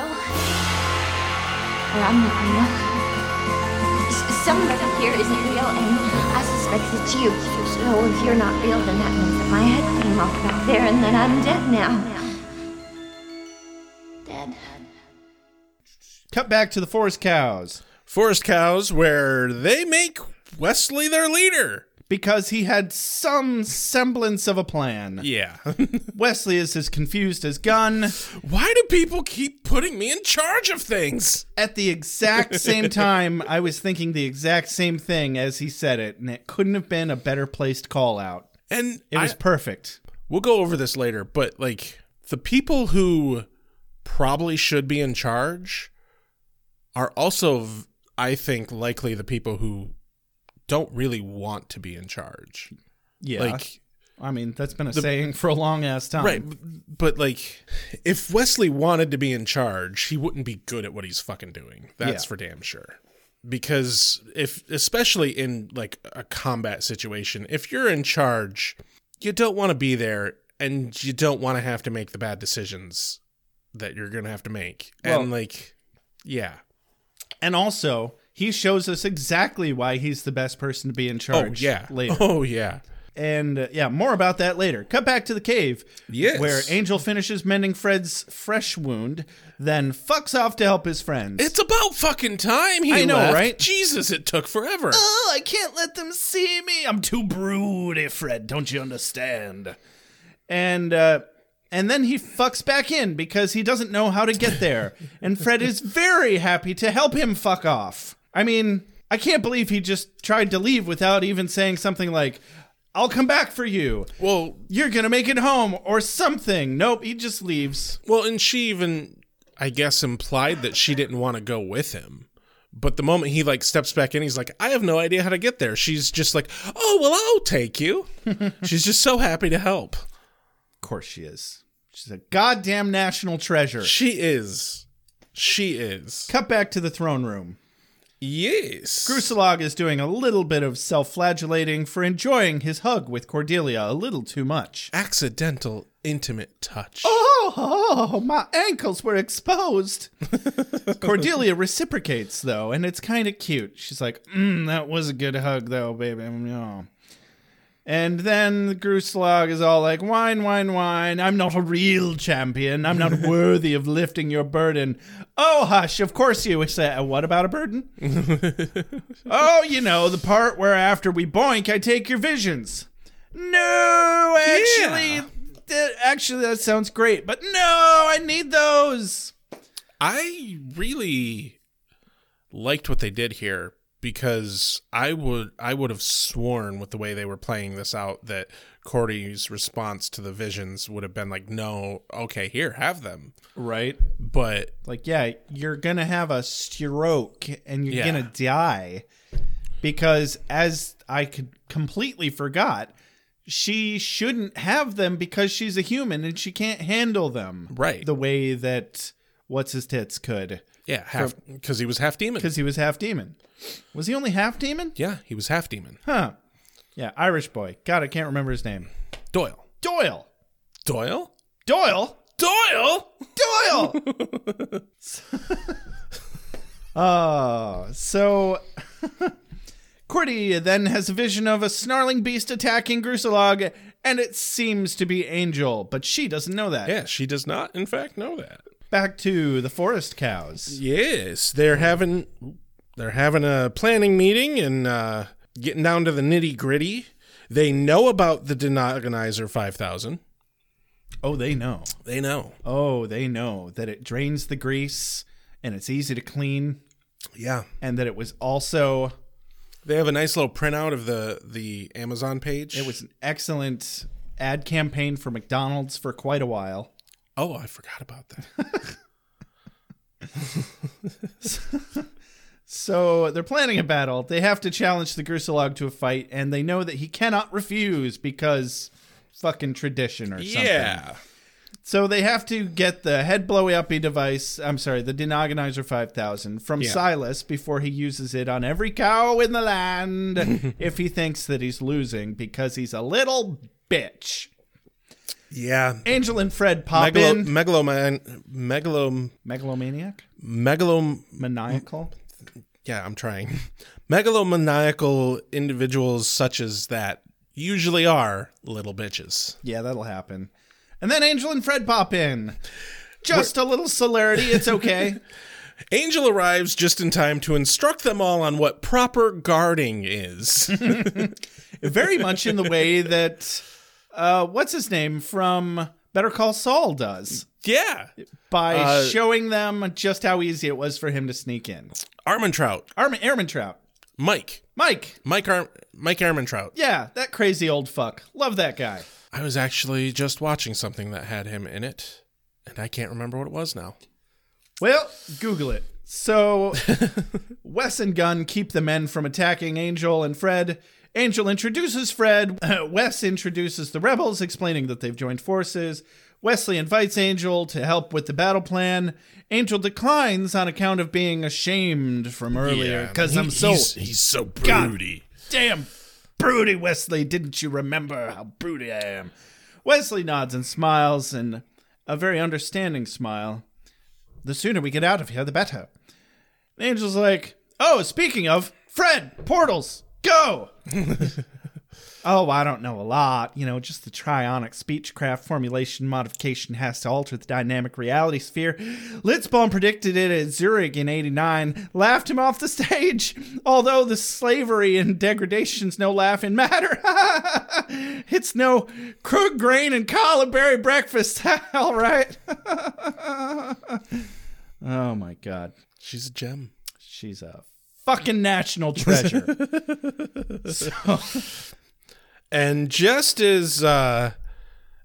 Speaker 5: Or I'm not real. S- Someone up here isn't real, and I suspect it's you. So if you're not real, then that means that my head came off back there, and that I'm dead now. Dead.
Speaker 1: Cut back to the forest cows
Speaker 2: Forest cows, where they make Wesley their leader.
Speaker 1: because he had some semblance of a plan.
Speaker 2: Yeah.
Speaker 1: Wesley is as confused as Gunn.
Speaker 2: Why do people keep putting me in charge of things?
Speaker 1: At the exact same time, I was thinking the exact same thing as he said it, and it couldn't have been a better placed call out.
Speaker 2: And
Speaker 1: It was
Speaker 2: I-
Speaker 1: perfect.
Speaker 2: we'll go over this later, but like the people who probably should be in charge are also, v- I think, likely the people who don't really want to be in charge.
Speaker 1: Yeah.
Speaker 2: Like,
Speaker 1: I mean, that's been a saying for a long ass time.
Speaker 2: Right, b- but like, if Wesley wanted to be in charge, he wouldn't be good at what he's fucking doing. That's
Speaker 1: Yeah.
Speaker 2: for damn sure. Because if, especially in like a combat situation, if you're in charge, you don't want to be there, and you don't want to have to make the bad decisions that you're gonna have to make.
Speaker 1: Well-
Speaker 2: and like, yeah,
Speaker 1: And also, he shows us exactly why he's the best person to be in charge.
Speaker 2: oh yeah,
Speaker 1: Later.
Speaker 2: oh yeah,
Speaker 1: And uh, yeah, more about that later. Cut back to the cave.
Speaker 2: Yes.
Speaker 1: Where Angel finishes mending Fred's fresh wound, then fucks off to help his friends.
Speaker 2: it's about fucking time. He
Speaker 1: I know,
Speaker 2: left.
Speaker 1: right?
Speaker 2: Jesus, it took forever.
Speaker 1: Oh, I can't let them see me. I'm too broody, Fred. Don't you understand? And uh, and then he fucks back in because he doesn't know how to get there. and Fred is very happy to help him fuck off. I mean, I can't believe he just tried to leave without even saying something like, "I'll come back for you."
Speaker 2: well,
Speaker 1: You're gonna make it home or something. Nope, he just leaves.
Speaker 2: Well, and she even, I guess, implied that she didn't want to go with him. But the moment he like steps back in, he's like, "I have no idea how to get there." She's just like, "Oh well, I'll take you." She's just so happy to help.
Speaker 1: Of course she is. She's a goddamn national treasure.
Speaker 2: She is, she is.
Speaker 1: Cut back to the throne room.
Speaker 2: Yes,
Speaker 1: Brusilog is doing a little bit of self flagellating for enjoying his hug with Cordelia a little too much.
Speaker 2: accidental intimate touch.
Speaker 1: Oh, oh, my ankles were exposed. Cordelia reciprocates, though, and it's kind of cute. She's like, mm, that was a good hug, though, baby. Mm, yeah." And then Gruslog is all like, wine, wine, wine. I'm not a real champion. I'm not worthy of lifting your burden. Oh, hush. Of course you. It's a, what about a burden? oh, you know, the part where after we boink, I take your visions. No, actually,
Speaker 2: Yeah.
Speaker 1: that, actually, that sounds great. But no, I need those.
Speaker 2: I really liked what they did here because I would I would have sworn with the way they were playing this out that Cordy's response to the visions would have been like, "No, okay, here, have them."
Speaker 1: Right.
Speaker 2: But
Speaker 1: Like, yeah, you're going to have a stroke and you're
Speaker 2: Yeah.
Speaker 1: going to die. Because as I could completely forgot, she shouldn't have them because she's a human and she can't handle them.
Speaker 2: Right.
Speaker 1: The way that what's his tits could.
Speaker 2: yeah, half because he was half demon.
Speaker 1: Because he was half demon. Was he only half demon?
Speaker 2: Yeah, he was half demon.
Speaker 1: Huh. Yeah, Irish boy. God, I can't remember his name.
Speaker 2: Doyle.
Speaker 1: Doyle.
Speaker 2: Doyle.
Speaker 1: Doyle.
Speaker 2: Doyle.
Speaker 1: Doyle. oh, so Cordy then has a vision of a snarling beast attacking Grusilog, and it seems to be Angel, but she doesn't know that.
Speaker 2: Yeah, she does not, in fact, know that.
Speaker 1: Back to the forest cows.
Speaker 2: Yes, they're having they're having a planning meeting and uh, getting down to the nitty gritty. They know about the Denogonizer five thousand.
Speaker 1: Oh, they know.
Speaker 2: They know.
Speaker 1: Oh, they know that it drains the grease and it's easy to clean,
Speaker 2: Yeah,
Speaker 1: and that it was also
Speaker 2: they have a nice little printout of the the Amazon page.
Speaker 1: it was an excellent ad campaign for McDonald's for quite a while.
Speaker 2: Oh, I forgot about that.
Speaker 1: So they're planning a battle. They have to challenge the Grusilog to a fight, and they know that he cannot refuse because fucking tradition or something.
Speaker 2: yeah,
Speaker 1: So they have to get the head blowy uppy device. I'm sorry, the Denogonizer 5000 from
Speaker 2: Yeah.
Speaker 1: Silas before he uses it on every cow in the land if he thinks that he's losing because he's a little bitch.
Speaker 2: yeah.
Speaker 1: Angel and Fred pop
Speaker 2: Megalo,
Speaker 1: in.
Speaker 2: megaloman, megalom,
Speaker 1: Megalomaniac?
Speaker 2: megalom.
Speaker 1: Maniacal?
Speaker 2: Yeah, I'm trying. Megalomaniacal individuals such as that usually are little bitches.
Speaker 1: Yeah, that'll happen. And then Angel and Fred pop in. Just a little celerity, it's okay.
Speaker 2: Angel arrives just in time to instruct them all on what proper guarding is.
Speaker 1: Very much in the way that uh what's his name from Better Call Saul does.
Speaker 2: yeah.
Speaker 1: By
Speaker 2: Uh,
Speaker 1: showing them just how easy it was for him to sneak in.
Speaker 2: Armentrout.
Speaker 1: Armin Ehrmantraut.
Speaker 2: Mike.
Speaker 1: Mike.
Speaker 2: Mike Ar- Mike Armentrout.
Speaker 1: Yeah, that crazy old fuck. Love that guy.
Speaker 2: I was actually just watching something that had him in it, and I can't remember what it was now.
Speaker 1: Well, Google it. So, Wes and Gunn keep the men from attacking Angel and Fred, Angel introduces Fred. Wes introduces the rebels, explaining that they've joined forces. Wesley invites Angel to help with the battle plan. Angel declines on account of being ashamed from earlier because I'm so
Speaker 2: he's, he's so broody.
Speaker 1: damn broody, Wesley. Didn't you remember how broody I am? Wesley nods and smiles, and a very understanding smile. The sooner we get out of here, the better. And Angel's like, Oh, speaking of, Fred, portals, go! oh, I don't know a lot. You know, just the trionic speechcraft formulation modification has to alter the dynamic reality sphere. Litzbaum predicted it at Zurich in 89, laughed him off the stage. Although the slavery and degradation's no laughing matter. it's no crook grain and coluberry breakfast. All right. oh, my God.
Speaker 2: She's a gem.
Speaker 1: She's a fucking national treasure. so,
Speaker 2: And just as uh,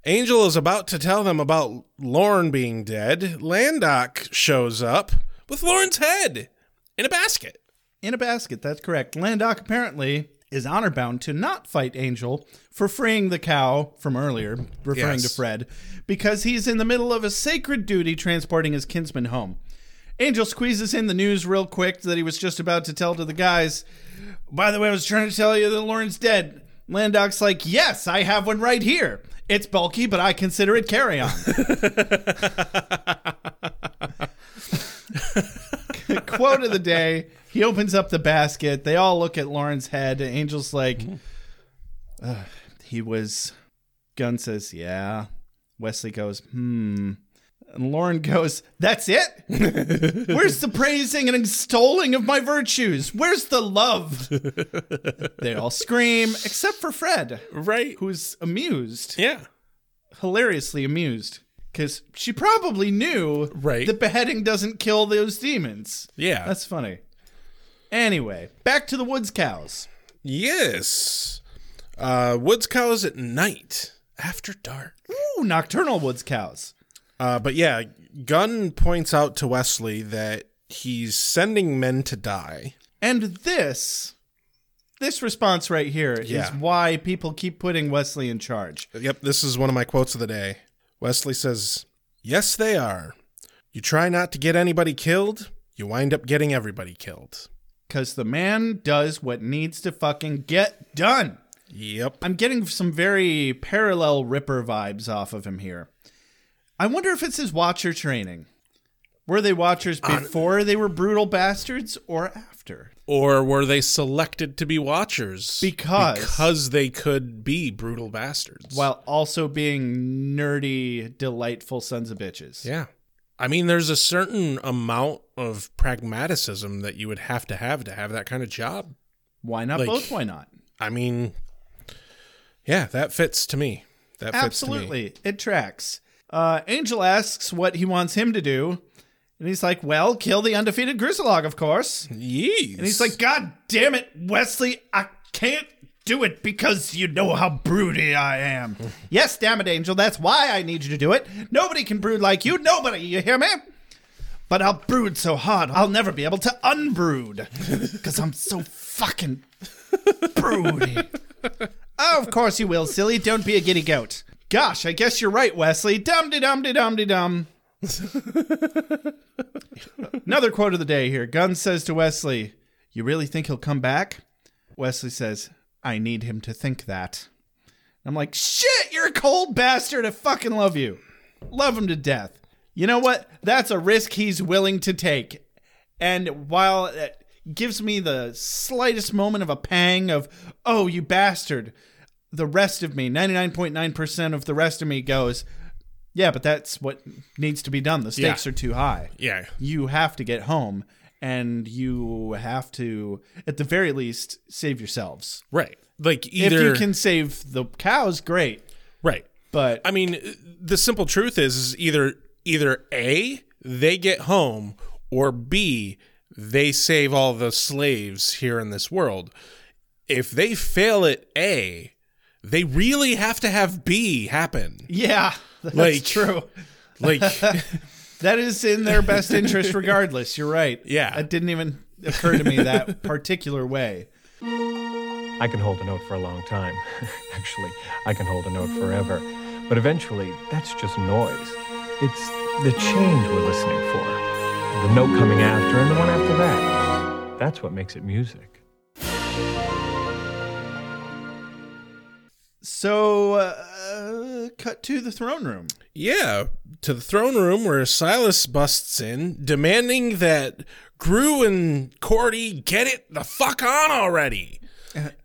Speaker 2: Angel is about to tell them about Lauren being dead, Landoc shows up with Lauren's head in a basket.
Speaker 1: in a basket, that's correct. Landoc apparently is honor bound to not fight Angel for freeing the cow from earlier, referring
Speaker 2: Yes.
Speaker 1: to Fred, because he's in the middle of a sacred duty transporting his kinsman home. Angel squeezes in the news real quick that he was just about to tell to the guys. By the way, I was trying to tell you that Lauren's dead. Landoc's like, yes, I have one right here. It's bulky, but I consider it carry on. Quote of the day. He opens up the basket. They all look at Lauren's head. Angel's like, "Ugh, he was. Gunn says, yeah. Wesley goes, hmm. And Lauren goes, that's it? Where's the praising and extolling of my virtues? Where's the love? they all scream, except for Fred,
Speaker 2: Right.
Speaker 1: who's amused,
Speaker 2: Yeah.
Speaker 1: hilariously amused, because she probably knew
Speaker 2: Right.
Speaker 1: that beheading doesn't kill those demons.
Speaker 2: Yeah.
Speaker 1: That's funny. Anyway, back to the woods cows.
Speaker 2: yes. Uh, woods cows at night after dark.
Speaker 1: Ooh, nocturnal woods cows.
Speaker 2: Uh, but yeah, Gunn points out to Wesley that he's sending men to die.
Speaker 1: And this this response right here is
Speaker 2: Yeah.
Speaker 1: why people keep putting Wesley in charge.
Speaker 2: Yep, this is one of my quotes of the day. Wesley says, Yes, they are. You try not to get anybody killed, you wind up getting everybody killed.
Speaker 1: Cause the man does what needs to fucking get done.
Speaker 2: Yep.
Speaker 1: I'm getting some very parallel Ripper vibes off of him here. I wonder if it's his watcher training. Were they watchers before they were brutal bastards or after?
Speaker 2: Or were they selected to be watchers?
Speaker 1: Because-
Speaker 2: Because they could be brutal bastards.
Speaker 1: While also being nerdy, delightful sons of bitches.
Speaker 2: yeah. I mean, there's a certain amount of pragmaticism that you would have to have to have that kind of job.
Speaker 1: Why not
Speaker 2: Like-
Speaker 1: both? Why not?
Speaker 2: I mean, yeah, that fits to me. That fits To me.
Speaker 1: Absolutely. It tracks. Uh, Angel asks what he wants him to do. And he's like, well, kill the undefeated Grizzlog, of course. And
Speaker 2: Yes. And
Speaker 1: he's like, God damn it, Wesley, I can't do it because you know how broody I am. yes, damn it, Angel, that's why I need you to do it. Nobody can brood like you. Nobody, you hear me? But I'll brood so hard, I'll never be able to unbrood because I'm so fucking broody. Oh, of course you will, silly. Don't be a giddy goat. Gosh, I guess you're right, Wesley. Dum de dum de dum de dum. Another quote of the day here. Gunn says to Wesley, You really think he'll come back? Wesley says, I need him to think that. I'm like, Shit, you're a cold bastard. I fucking love you. Love him to death. You know what? That's a risk he's willing to take. And while it gives me the slightest moment of a pang of, oh, you bastard, the rest of me, 99.9% of the rest of me goes, yeah, but that's what needs to be done. The stakes
Speaker 2: Yeah.
Speaker 1: are too high.
Speaker 2: yeah,
Speaker 1: You have to get home and you have to, at the very least, save yourselves.
Speaker 2: right. Like
Speaker 1: If
Speaker 2: either
Speaker 1: you can save the cows, great.
Speaker 2: right.
Speaker 1: But
Speaker 2: I mean, the simple truth is, is either either a they get home or b they save all the slaves here in this world. If they fail at a, they really have to have b happen.
Speaker 1: yeah, that's
Speaker 2: Like-
Speaker 1: true.
Speaker 2: Like
Speaker 1: That is in their best interest, regardless. You're right.
Speaker 2: Yeah.
Speaker 1: It didn't even occur to me that particular way.
Speaker 8: I can hold a note for a long time. Actually, I can hold a note forever. But eventually, that's just noise. It's the change we're listening for. The note coming after and the one after that. That's what makes it music.
Speaker 1: So, uh, cut to the throne room.
Speaker 2: Yeah, to the throne room where Silas busts in, demanding that Gru and Cordy get it the fuck on already.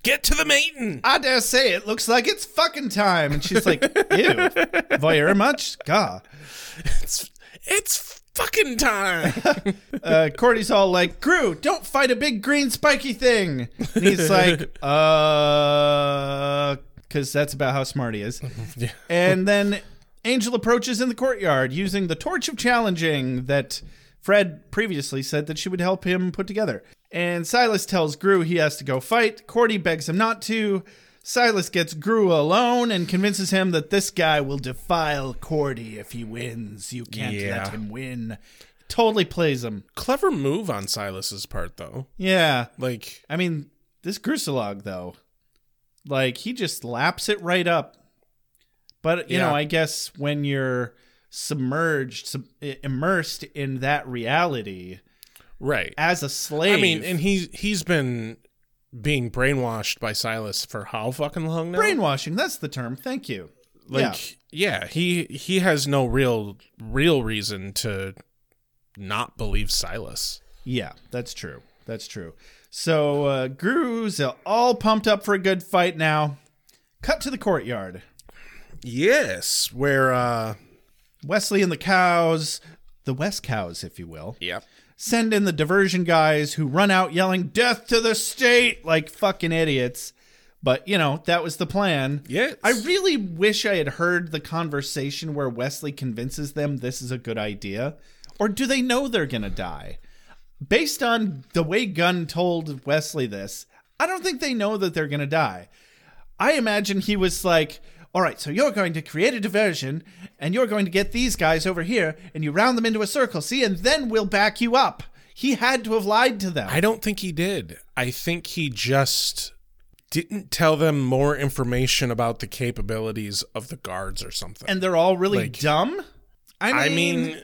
Speaker 2: Get to the mating.
Speaker 1: I dare say it looks like it's fucking time. And she's like, ew, voyeur much? God.
Speaker 2: It's, it's fucking time.
Speaker 1: Uh, Cordy's all like, Gru, don't fight a big green spiky thing. And he's like, uh, because that's about how smart he is. And then Angel approaches in the courtyard using the torch of challenging that Fred previously said that she would help him put together. And Silas tells Gru he has to go fight. Cordy begs him not to. Silas gets Gru alone and convinces him that this guy will defile Cordy if he wins. You can't
Speaker 2: Yeah.
Speaker 1: let him win. Totally plays him.
Speaker 2: Clever move on Silas's part, though.
Speaker 1: Yeah.
Speaker 2: Like,
Speaker 1: I mean, this Grusilog though, like he just laps it right up. But you
Speaker 2: Yeah.
Speaker 1: know, I guess when you're submerged, sub- immersed in that reality
Speaker 2: right.
Speaker 1: as a slave,
Speaker 2: I mean, and he he's been being brainwashed by Silas for how fucking long now?
Speaker 1: brainwashing. That's the term. Thank you.
Speaker 2: Like, yeah. he he has no real real reason to not believe Silas.
Speaker 1: Yeah, that's true. That's true. So uh, Gru's all pumped up for a good fight now. Cut to the courtyard.
Speaker 2: Yes, where uh
Speaker 1: Wesley and the cows, the West cows, if you will.
Speaker 2: yeah.
Speaker 1: send in the diversion guys who run out yelling death to the state like fucking idiots but you know that was the plan
Speaker 2: Yes.
Speaker 1: i really wish i had heard the conversation where wesley convinces them this is a good idea or do they know they're gonna die based on the way gunn told wesley this i don't think they know that they're gonna die I imagine he was like, all right, so you're going to create a diversion and you're going to get these guys over here and you round them into a circle, see, and then we'll back you up. He had to have lied to them.
Speaker 2: I don't think he did. I think he just didn't tell them more information about the capabilities of the guards or something.
Speaker 1: and they're all really
Speaker 2: Like-
Speaker 1: dumb. I
Speaker 2: I
Speaker 1: mean,
Speaker 2: mean,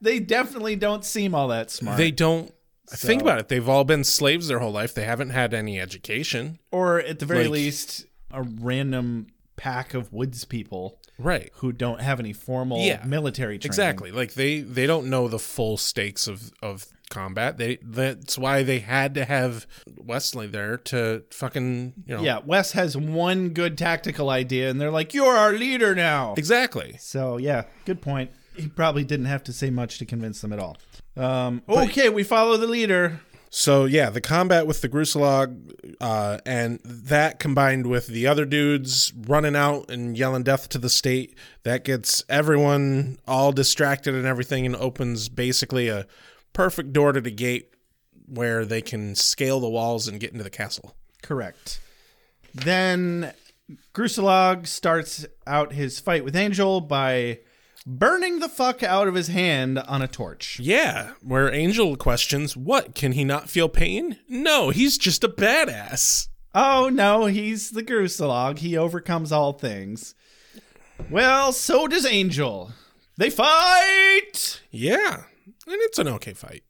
Speaker 1: they definitely don't seem all that smart.
Speaker 2: they don't think
Speaker 1: So-
Speaker 2: about it. They've all been slaves their whole life. They haven't had any education.
Speaker 1: or at the very
Speaker 2: like-
Speaker 1: least, a random pack of woods people
Speaker 2: Right.
Speaker 1: who don't have any formal
Speaker 2: Yeah.
Speaker 1: military training.
Speaker 2: Exactly. Like they they don't know the full stakes of of combat. They that's why they had to have Wesley there to fucking, you know.
Speaker 1: Yeah, Wes has one good tactical idea, and they're like, "You're our leader now."
Speaker 2: Exactly.
Speaker 1: So yeah, good point. He probably didn't have to say much to convince them at all. Um, okay, we follow the leader.
Speaker 2: So yeah, the combat with the Gruselog, uh, and that combined with the other dudes running out and yelling death to the state, that gets everyone all distracted and everything, and opens basically a perfect door to the gate where they can scale the walls and get into the castle.
Speaker 1: Correct. Then Grusilog starts out his fight with Angel by burning the fuck out of his hand on a torch.
Speaker 2: Yeah, where Angel questions, "What can he not feel pain? No, he's just a badass."
Speaker 1: Oh no, he's the Grusilog. He overcomes all things. Well, so does Angel. They fight.
Speaker 2: Yeah, and it's an okay fight.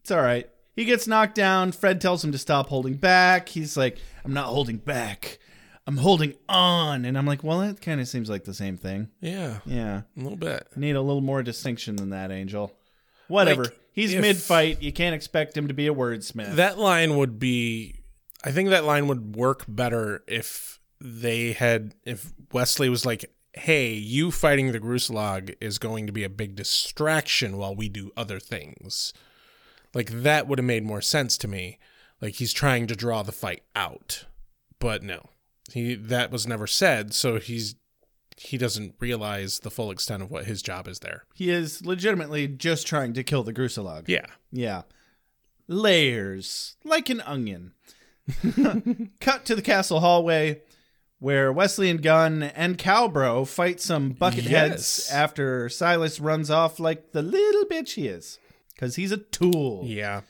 Speaker 1: It's all right. He gets knocked down. Fred tells him to stop holding back. He's like, I'm not holding back. I'm holding on. And I'm like, well, that kind of seems like the same thing.
Speaker 2: Yeah,
Speaker 1: Yeah.
Speaker 2: a little bit.
Speaker 1: Need a little more distinction than that, Angel. Whatever.
Speaker 2: Like,
Speaker 1: He's
Speaker 2: if-
Speaker 1: mid fight. You can't expect him to be a wordsmith.
Speaker 2: That line would be I think that line would work better if they had if Wesley was like, "Hey, you fighting the Gruselog is going to be a big distraction while we do other things." Like that would have made more sense to me. Like he's trying to draw the fight out. But no. He that was never said, so he's he doesn't realize the full extent of what his job is there.
Speaker 1: he is legitimately just trying to kill the Grusilog.
Speaker 2: Yeah.
Speaker 1: Yeah. Layers, like an onion. Cut to the castle hallway where Wesley and Gunn and Cowbro fight some bucket heads
Speaker 2: Yes.
Speaker 1: after Silas runs off like the little bitch he is. Because he's a tool.
Speaker 2: Yeah.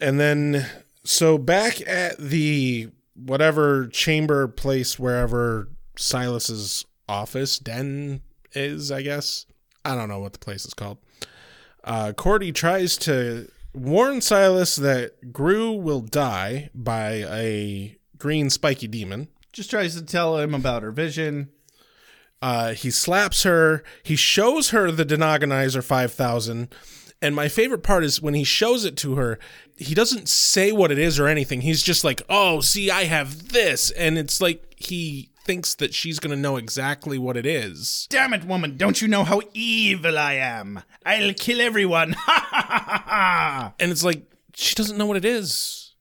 Speaker 2: And then so back at the whatever chamber place wherever Silas's office den is, I guess. I don't know what the place is called. Uh, Cordy tries to warn Silas that Gru will die by a green spiky demon.
Speaker 1: Just tries to tell him about her vision.
Speaker 2: Uh, he slaps her. He shows her the Denogonizer 5000. And my favorite part is when he shows it to her, he doesn't say what it is or anything. He's just like, oh, see, I have this. And it's like he thinks that she's going to know exactly what it is.
Speaker 1: Damn it, woman, don't you know how evil I am? I'll kill everyone. Ha ha ha ha ha.
Speaker 2: And it's like, she doesn't know what it is.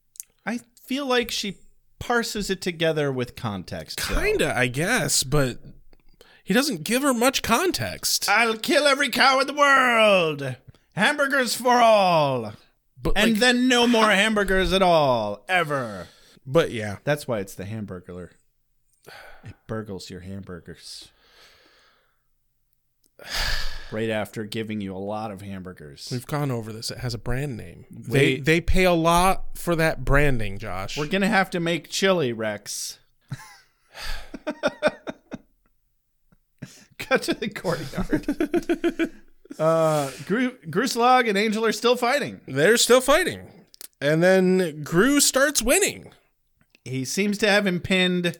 Speaker 1: I feel like she parses it together with context. though.
Speaker 2: Kinda, I guess, but he doesn't give her much context.
Speaker 1: I'll kill every cow in the world. Hamburgers for all.
Speaker 2: But,
Speaker 1: And
Speaker 2: like-
Speaker 1: then no more hamburgers at all, ever.
Speaker 2: but yeah.
Speaker 1: That's why it's the hamburglar. It burgles your hamburgers. Right after giving you a lot of hamburgers.
Speaker 2: We've gone over this. It has a brand name. They
Speaker 1: Wait.
Speaker 2: they pay a lot for that branding, Josh.
Speaker 1: We're going to have to make chili, Rex. Cut to the courtyard. uh, Gru- Gruslog and Angel are still fighting.
Speaker 2: They're still fighting. And then Gru starts winning.
Speaker 1: He seems to have him pinned.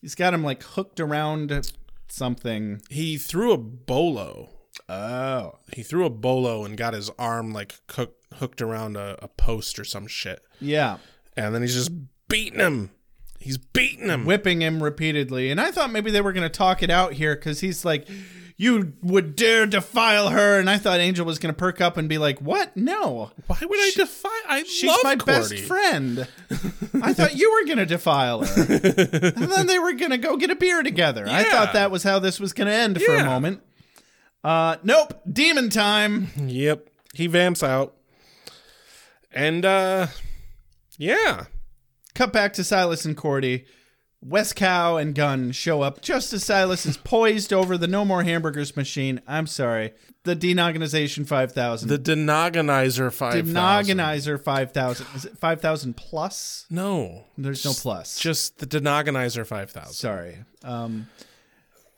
Speaker 1: He's got him like hooked around something.
Speaker 2: He threw a bolo.
Speaker 1: Oh.
Speaker 2: He threw a bolo and got his arm like cook, hooked around a, a post or some shit.
Speaker 1: Yeah.
Speaker 2: And then he's just beating him. He's beating him.
Speaker 1: whipping him repeatedly. And I thought maybe they were going to talk it out here because he's like, You would dare defile her. And I thought Angel was going to perk up and be like, What? No.
Speaker 2: Why would I defy? I
Speaker 1: She's
Speaker 2: love
Speaker 1: my best
Speaker 2: Cordy.
Speaker 1: friend. I thought you were going to defile her. and then they were going to go get a beer together. I
Speaker 2: Yeah.
Speaker 1: thought that was how this was going to end for
Speaker 2: Yeah.
Speaker 1: a moment. Uh, nope. Demon time.
Speaker 2: Yep. He vamps out. And uh yeah.
Speaker 1: Cut back to Silas and Cordy. West Cow and Gunn show up just as Silas is poised over the No More Hamburgers machine. I'm sorry. The Denogonization 5000.
Speaker 2: The Denogonizer 5000.
Speaker 1: Denogonizer 5000. Is it 5000 plus?
Speaker 2: No.
Speaker 1: There's no plus.
Speaker 2: Just the Denogonizer 5000.
Speaker 1: sorry. Um,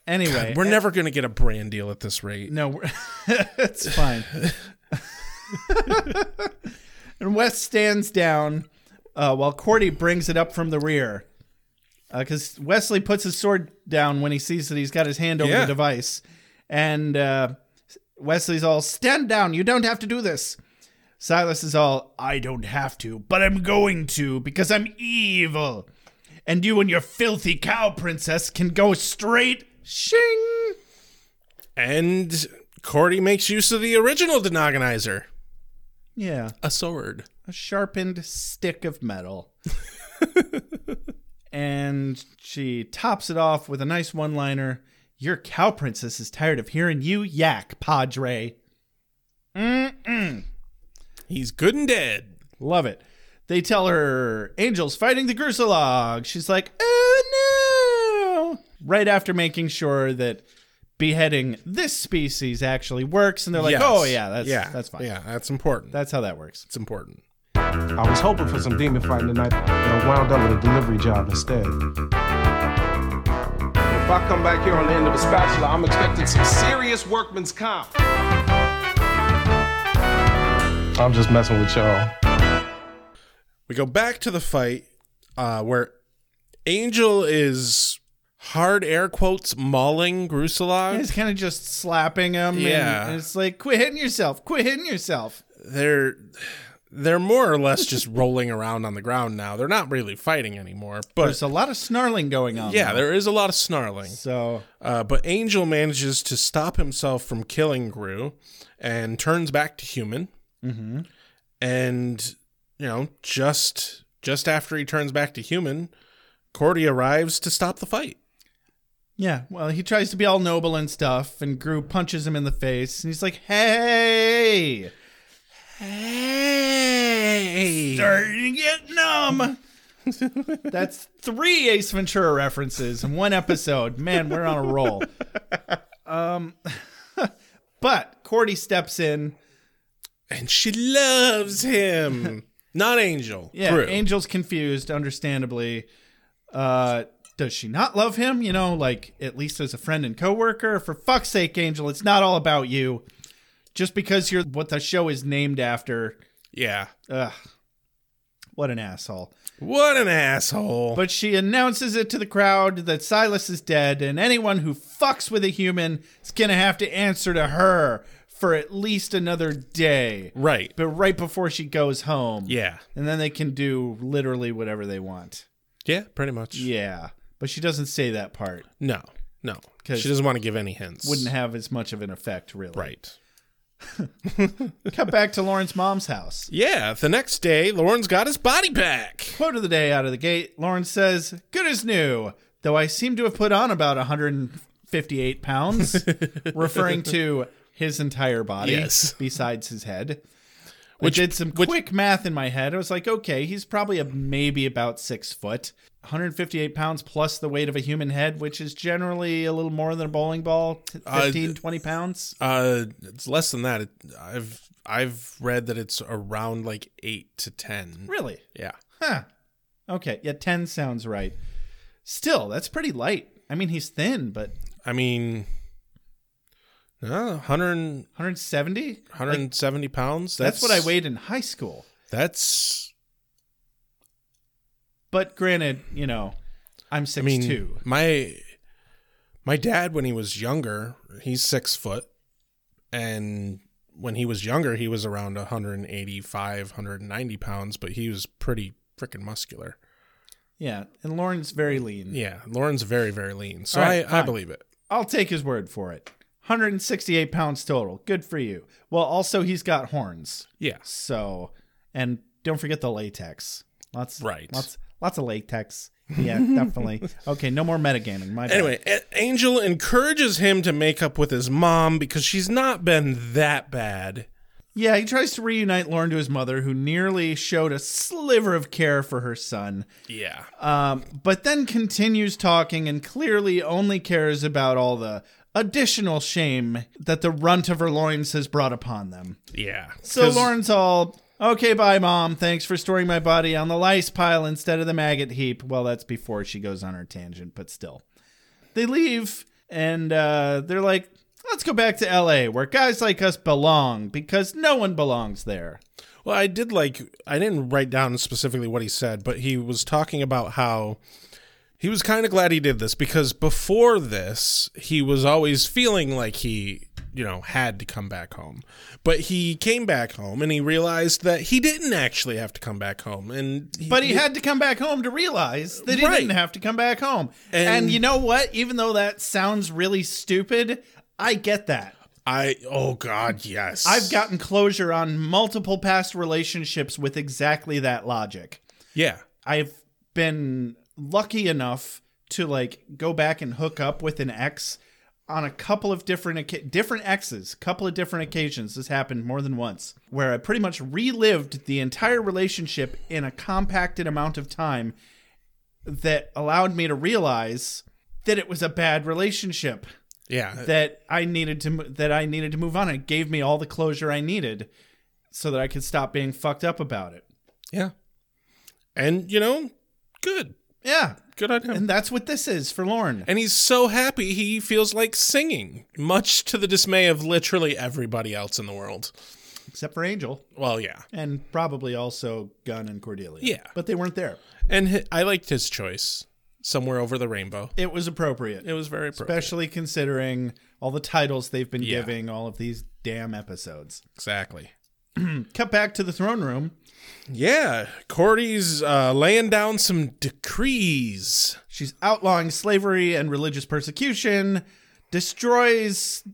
Speaker 1: anyway.
Speaker 2: We're never going to get a brand deal at this rate.
Speaker 1: No, we're, it's fine. and West stands down uh, while Cordy brings it up from the rear. Because Wesley puts his sword down when he sees that he's got his hand over
Speaker 2: Yeah.
Speaker 1: the device. And uh, Wesley's all, stand down. You don't have to do this. Silas is all, I don't have to, but I'm going to because I'm evil. And you and your filthy cow princess can go straight shing.
Speaker 2: And Cordy makes use of the original Denogonizer,
Speaker 1: Yeah.
Speaker 2: a sword.
Speaker 1: a sharpened stick of metal. and she tops it off with a nice one liner Your cow princess is tired of hearing you yak, Padre.
Speaker 2: He's good and dead.
Speaker 1: Love it. They tell her Angel's fighting the Gruselog. She's like, Oh no! Right after making sure that beheading this species actually works, and they're like,
Speaker 2: Yes.
Speaker 1: Oh yeah, that's that's fine.
Speaker 2: Yeah, that's important.
Speaker 1: That's how that works.
Speaker 2: That's important.
Speaker 9: I was hoping for some demon fighting tonight, but I wound up with a delivery job instead. If I come back here on the end of a spatula, I'm expecting some serious workman's comp. I'm just messing with y'all.
Speaker 2: We go back to the fight uh, where Angel is hard air quotes mauling Gruselog.
Speaker 1: He's kind of just slapping him. and-
Speaker 2: Yeah.
Speaker 1: And it's like, quit hitting yourself. Quit hitting yourself.
Speaker 2: they're they're more or less just rolling around on the ground now. They're not really fighting anymore, but
Speaker 1: There's a lot of snarling going on.
Speaker 2: yeah,
Speaker 1: though.
Speaker 2: there is a lot of snarling.
Speaker 1: So
Speaker 2: Uh, but Angel manages to stop himself from killing Gru and turns back to human.
Speaker 1: Mm-hmm.
Speaker 2: And you know, just just after he turns back to human, Cordy arrives to stop the fight.
Speaker 1: yeah, well, he tries to be all noble and stuff, and Gru punches him in the face, and he's like, "Hey,
Speaker 2: Hey,
Speaker 1: starting to get numb." That's three Ace Ventura references in one episode. Man, we're on a roll. Um, but Cordy steps in.
Speaker 2: and she loves him. Not Angel.
Speaker 1: Yeah,
Speaker 2: Gru.
Speaker 1: Angel's confused, understandably. Uh, does she not love him? You know, like at least as a friend and coworker. For fuck's sake, Angel, it's not all about you. Just because you're what the show is named after.
Speaker 2: Yeah.
Speaker 1: Ugh. What an asshole.
Speaker 2: What an asshole.
Speaker 1: But she announces it to the crowd that Silas is dead, and anyone who fucks with a human is gonna have to answer to her for at least another day.
Speaker 2: right.
Speaker 1: But right before she goes home.
Speaker 2: Yeah.
Speaker 1: And then they can do literally whatever they want.
Speaker 2: Yeah, pretty much.
Speaker 1: Yeah. But she doesn't say that part.
Speaker 2: No. No.
Speaker 1: 'Cause
Speaker 2: She doesn't want to give any hints.
Speaker 1: Wouldn't have as much of an effect, really.
Speaker 2: Right.
Speaker 1: Cut back to Lauren's mom's house.
Speaker 2: Yeah, the next day, Lauren's got his body back.
Speaker 1: Quote of the day out of the gate Lauren says, Good as new, though I seem to have put on about 158 pounds, referring to his entire body
Speaker 2: Yes.
Speaker 1: besides his head. Which,
Speaker 2: Which-
Speaker 1: I did some
Speaker 2: which-
Speaker 1: quick math in my head. I was like, okay, he's probably a, maybe about six foot. 158 pounds plus the weight of a human head, which is generally a little more than a bowling ball, t-
Speaker 2: Uh,
Speaker 1: 15, 20 pounds.
Speaker 2: Uh, it's less than that. It, I've I've read that it's around like eight to ten.
Speaker 1: Really?
Speaker 2: Yeah.
Speaker 1: Huh. Okay. Yeah, 10 sounds right. Still, that's pretty light. I mean, he's thin, but
Speaker 2: I mean, uh, 100,
Speaker 1: 170?
Speaker 2: 170 pounds.
Speaker 1: That's,
Speaker 2: That's,
Speaker 1: what I weighed in high school.
Speaker 2: That's
Speaker 1: But granted, you know, I'm
Speaker 2: I
Speaker 1: 6'2.
Speaker 2: mean my my dad when he was younger, he's six foot, and when he was younger, he was around 185, 190 pounds, but he was pretty freaking muscular.
Speaker 1: yeah, and Lauren's very lean.
Speaker 2: Yeah, Lauren's very very lean, so
Speaker 1: All right,
Speaker 2: I I
Speaker 1: fine.
Speaker 2: believe it.
Speaker 1: I'll take his word for it. 168 pounds total. Good for you. Well, also, he's got horns.
Speaker 2: Yeah.
Speaker 1: So, and don't forget the latex. Lots,
Speaker 2: Right.
Speaker 1: Lots, lots of latex. Yeah, definitely. Okay, no more metagaming. My bad.
Speaker 2: Anyway, A- Angel encourages him to make up with his mom because she's not been that bad.
Speaker 1: Yeah, he tries to reunite Lauren to his mother, who nearly showed a sliver of care for her son.
Speaker 2: Yeah.
Speaker 1: Um, but then continues talking and clearly only cares about all the additional shame that the runt of her loins has brought upon them.
Speaker 2: Yeah.
Speaker 1: So
Speaker 2: 'Cause-
Speaker 1: Lauren's all, okay, bye, mom. Thanks for storing my body on the lice pile instead of the maggot heap. Well, that's before she goes on her tangent, but still. They leave and uh, they're like, let's go back to LA where guys like us belong because no one belongs there.
Speaker 2: Well, I did like I didn't write down specifically what he said, but he was talking about how he was kind of glad he did this because before this, he was always feeling like he, you know, had to come back home. But he came back home and he realized that he didn't actually have to come back home and he,
Speaker 1: But he had to come back home to realize that he
Speaker 2: Right.
Speaker 1: didn't have to come back home.
Speaker 2: And-
Speaker 1: And, you know what? Even though that sounds really stupid, I get that.
Speaker 2: I oh god, yes.
Speaker 1: I've gotten closure on multiple past relationships with exactly that logic.
Speaker 2: Yeah.
Speaker 1: I've been lucky enough to like go back and hook up with an ex on a couple of different oca- different exes, couple of different occasions. This happened more than once, where I pretty much relived the entire relationship in a compacted amount of time that allowed me to realize that it was a bad relationship
Speaker 2: Yeah.
Speaker 1: that I needed to mo- that I needed to move on. It gave me all the closure I needed so that I could stop being fucked up about it.
Speaker 2: yeah. And you know, good.
Speaker 1: Yeah,
Speaker 2: Good on him.
Speaker 1: and that's what this is for Lauren.
Speaker 2: And he's so happy he feels like singing, much to the dismay of literally everybody else in the world.
Speaker 1: except for Angel
Speaker 2: Well, yeah.
Speaker 1: and probably also Gunn and Cordelia.
Speaker 2: Yeah.
Speaker 1: but they weren't there.
Speaker 2: And hi I liked his choice, Somewhere Over the Rainbow.
Speaker 1: It was appropriate,
Speaker 2: It was very appropriate.
Speaker 1: especially considering all the titles they've been
Speaker 2: Yeah.
Speaker 1: giving all of these damn episodes.
Speaker 2: Exactly.
Speaker 1: Cut back to the throne room.
Speaker 2: Yeah. Cordy's uh, laying down some decrees.
Speaker 1: She's outlawing slavery and religious persecution, destroys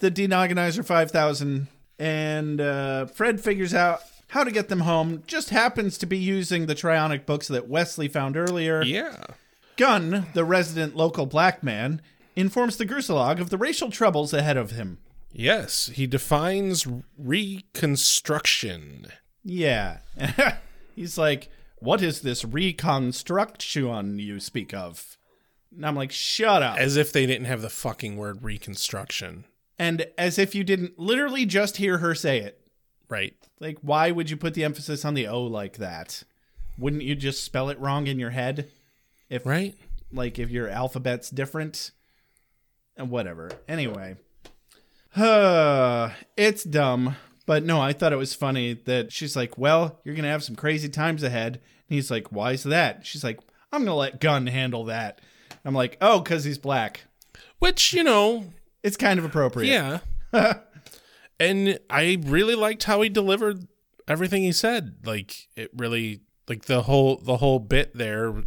Speaker 1: the Denogonizer 5000, and uh, Fred figures out how to get them home. Just happens to be using the Trionic books that Wesley found earlier.
Speaker 2: Yeah.
Speaker 1: Gunn, the resident local black man, informs the Gruselog of the racial troubles ahead of him.
Speaker 2: Yes. He defines reconstruction.
Speaker 1: Yeah. He's like, What is this reconstruction you speak of? And I'm like, Shut up.
Speaker 2: As if they didn't have the fucking word reconstruction.
Speaker 1: and as if you didn't literally just hear her say it.
Speaker 2: Right.
Speaker 1: Like, why would you put the emphasis on the O like that? Wouldn't you just spell it wrong in your head? If
Speaker 2: right?
Speaker 1: like if your alphabet's different and whatever. Anyway, uh, it's dumb, but no, I thought it was funny that she's like, "Well, you're going to have some crazy times ahead." And he's like, "Why's that?" She's like, "I'm going to let Gunn handle that." I'm like, "Oh, cuz he's black."
Speaker 2: Which, you know,
Speaker 1: It's kind of appropriate.
Speaker 2: yeah. and I really liked how he delivered everything he said. Like it really like the whole the whole bit there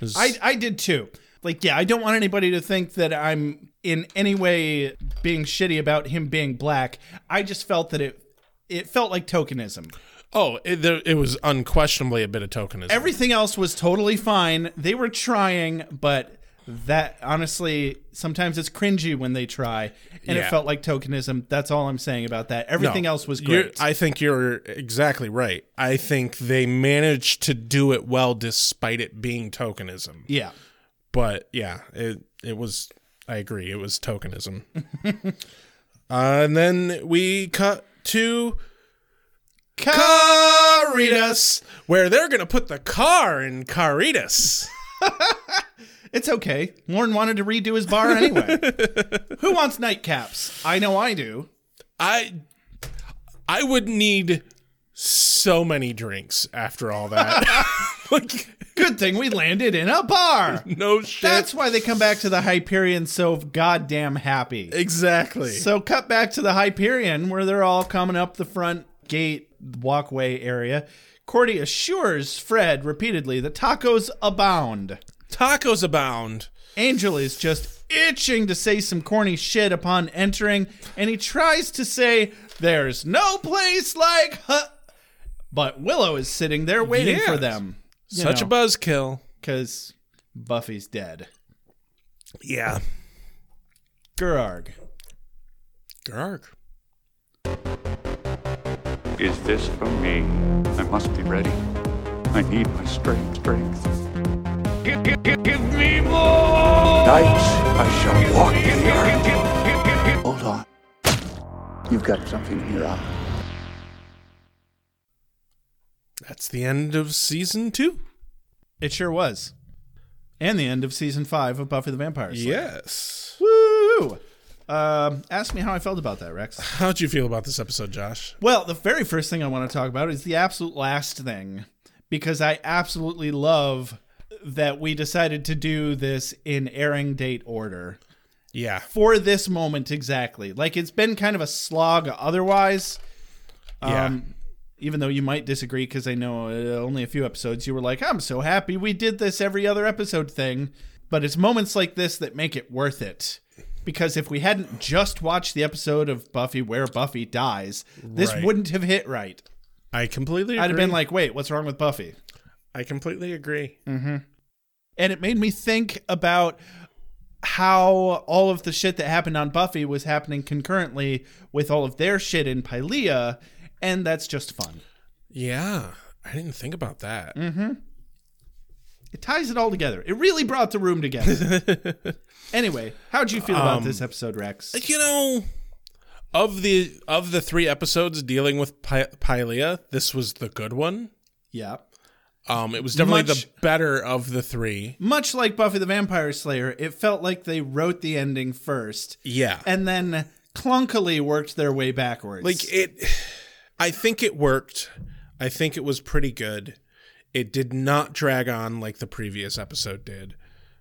Speaker 2: was
Speaker 1: I I did too. Like, yeah, I don't want anybody to think that I'm in any way being shitty about him being black. I just felt that it it felt like tokenism.
Speaker 2: Oh, it, there, it was unquestionably a bit of tokenism.
Speaker 1: Everything else was totally fine. They were trying, but that honestly, sometimes it's cringy when they try, and it
Speaker 2: Yeah.
Speaker 1: felt like tokenism. That's all I'm saying about that.
Speaker 2: No,
Speaker 1: Everything else was
Speaker 2: you're-
Speaker 1: great.
Speaker 2: I think you're exactly right. I think they managed to do it well despite it being tokenism.
Speaker 1: yeah,
Speaker 2: But yeah, it it was. I agree. It was tokenism. uh, and then we cut to Caritas, where they're gonna put the car in Caritas.
Speaker 1: it's okay. Warren wanted to redo his bar anyway. Who wants nightcaps? I know I do.
Speaker 2: I I would need so many drinks after all that. like
Speaker 1: Good thing we landed in a bar.
Speaker 2: no shit.
Speaker 1: That's why they come back to the Hyperion so goddamn happy.
Speaker 2: exactly.
Speaker 1: So cut back to the Hyperion where they're all coming up the front gate walkway area. Cordy assures Fred repeatedly that tacos abound.
Speaker 2: Tacos abound.
Speaker 1: Angel is just itching to say some corny shit upon entering, and he tries to say, There's no place like huh. But Willow is sitting there waiting
Speaker 2: Yes.
Speaker 1: for them.
Speaker 2: Such a buzzkill.
Speaker 1: Because Buffy's dead.
Speaker 2: Yeah.
Speaker 1: Gerarg.
Speaker 2: Garg.
Speaker 10: Is this from me? I must be ready. I need my strength. Strength. Give, give, give, give me more.
Speaker 7: Nights I shall walk in the earth.
Speaker 4: Hold on. You've got something here. I-
Speaker 2: That's the end of season two.
Speaker 1: It sure was. And the end of season five of Buffy the Vampire Slayer.
Speaker 2: Yes.
Speaker 1: Woo! Um, ask me how I felt about that, Rex.
Speaker 2: How'd you feel about this episode, Josh?
Speaker 1: Well, the very first thing I want to talk about is the absolute last thing, because I absolutely love that we decided to do this in airing date order
Speaker 2: Yeah.
Speaker 1: for this moment exactly. Like it's been kind of a slog otherwise.
Speaker 2: Yeah.
Speaker 1: Um, even though you might disagree, because I know uh, only a few episodes you were like, I'm so happy we did this every other episode thing. But it's moments like this that make it worth it. Because if we hadn't just watched the episode of Buffy where Buffy dies, this
Speaker 2: Right.
Speaker 1: wouldn't have hit right.
Speaker 2: I completely agree.
Speaker 1: I'd have been like, wait, what's wrong with Buffy?
Speaker 2: I completely agree.
Speaker 1: and it made me think about how all of the shit that happened on Buffy was happening concurrently with all of their shit in Pylea, and that's just fun.
Speaker 2: Yeah. I didn't think about that.
Speaker 1: It ties it all together. It really brought the room together. anyway, how'd you feel about this episode, Rex?
Speaker 2: You know, of the of the three episodes dealing with Py- Pylea, this was the good one.
Speaker 1: Yeah.
Speaker 2: Um, it was definitely the
Speaker 1: Much-
Speaker 2: better of the three.
Speaker 1: Much like Buffy the Vampire Slayer, it felt like they wrote the ending first
Speaker 2: Yeah.
Speaker 1: and then clunkily worked their way backwards.
Speaker 2: like it i think it worked i think it was pretty good it did not drag on like the previous episode did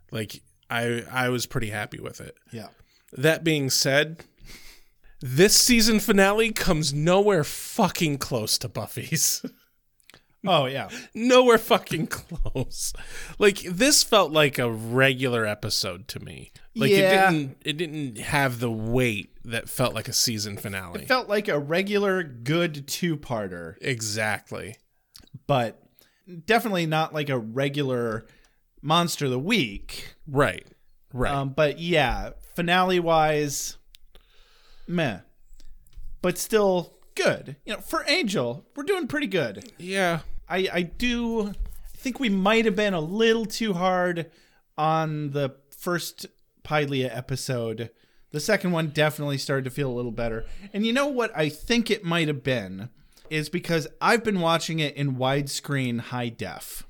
Speaker 2: like i i was pretty happy with it
Speaker 1: yeah.
Speaker 2: that being said this season finale comes nowhere fucking close to buffy's
Speaker 1: Oh, yeah.
Speaker 2: nowhere fucking close like this felt like a regular episode to me like
Speaker 1: Yeah.
Speaker 2: it didn't it didn't have the weight that felt like a season finale
Speaker 1: Felt like a regular good two parter.
Speaker 2: exactly
Speaker 1: but definitely not like a regular monster of the week.
Speaker 2: right right
Speaker 1: Um, but yeah, finale wise, meh, but still good. You know, for Angel, we're doing pretty good.
Speaker 2: Yeah.
Speaker 1: I I do I think we might have been a little too hard on the first Pylea episode. The second one definitely started to feel a little better. And you know what I think it might have been is because I've been watching it in widescreen high def.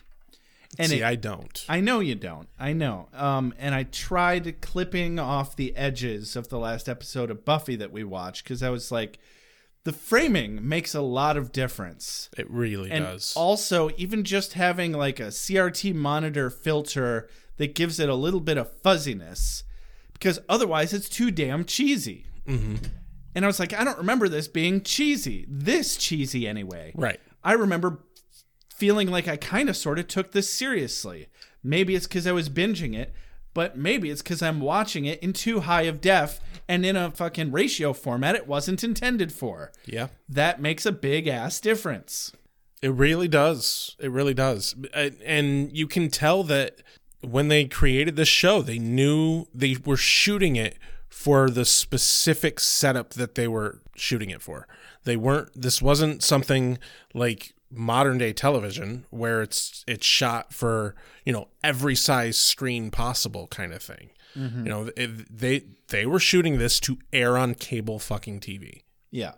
Speaker 2: See,
Speaker 1: it-
Speaker 2: I don't.
Speaker 1: I know you don't. I know. Um, and I tried clipping off the edges of the last episode of Buffy that we watched because I was like, the framing makes a lot of difference.
Speaker 2: It really
Speaker 1: and
Speaker 2: does.
Speaker 1: Also, even just having like a CRT monitor filter that gives it a little bit of fuzziness because otherwise it's too damn cheesy.
Speaker 2: Mhm.
Speaker 1: And I was like, I don't remember this being cheesy. This cheesy anyway.
Speaker 2: Right.
Speaker 1: I remember feeling like I kind of sort of took this seriously. Maybe it's because I was binging it, but maybe it's because I'm watching it in too high of def and in a fucking ratio format it wasn't intended for.
Speaker 2: Yeah.
Speaker 1: That makes a big ass difference.
Speaker 2: It really does. It really does. And- And you can tell that when they created this show, they knew they were shooting it for the specific setup that they were shooting it for. They weren't this wasn't something like modern day television where it's it's shot for, you know, every size screen possible kind of thing.
Speaker 1: Mhm.
Speaker 2: You know, if they they were shooting this to air on cable fucking TV.
Speaker 1: Yeah.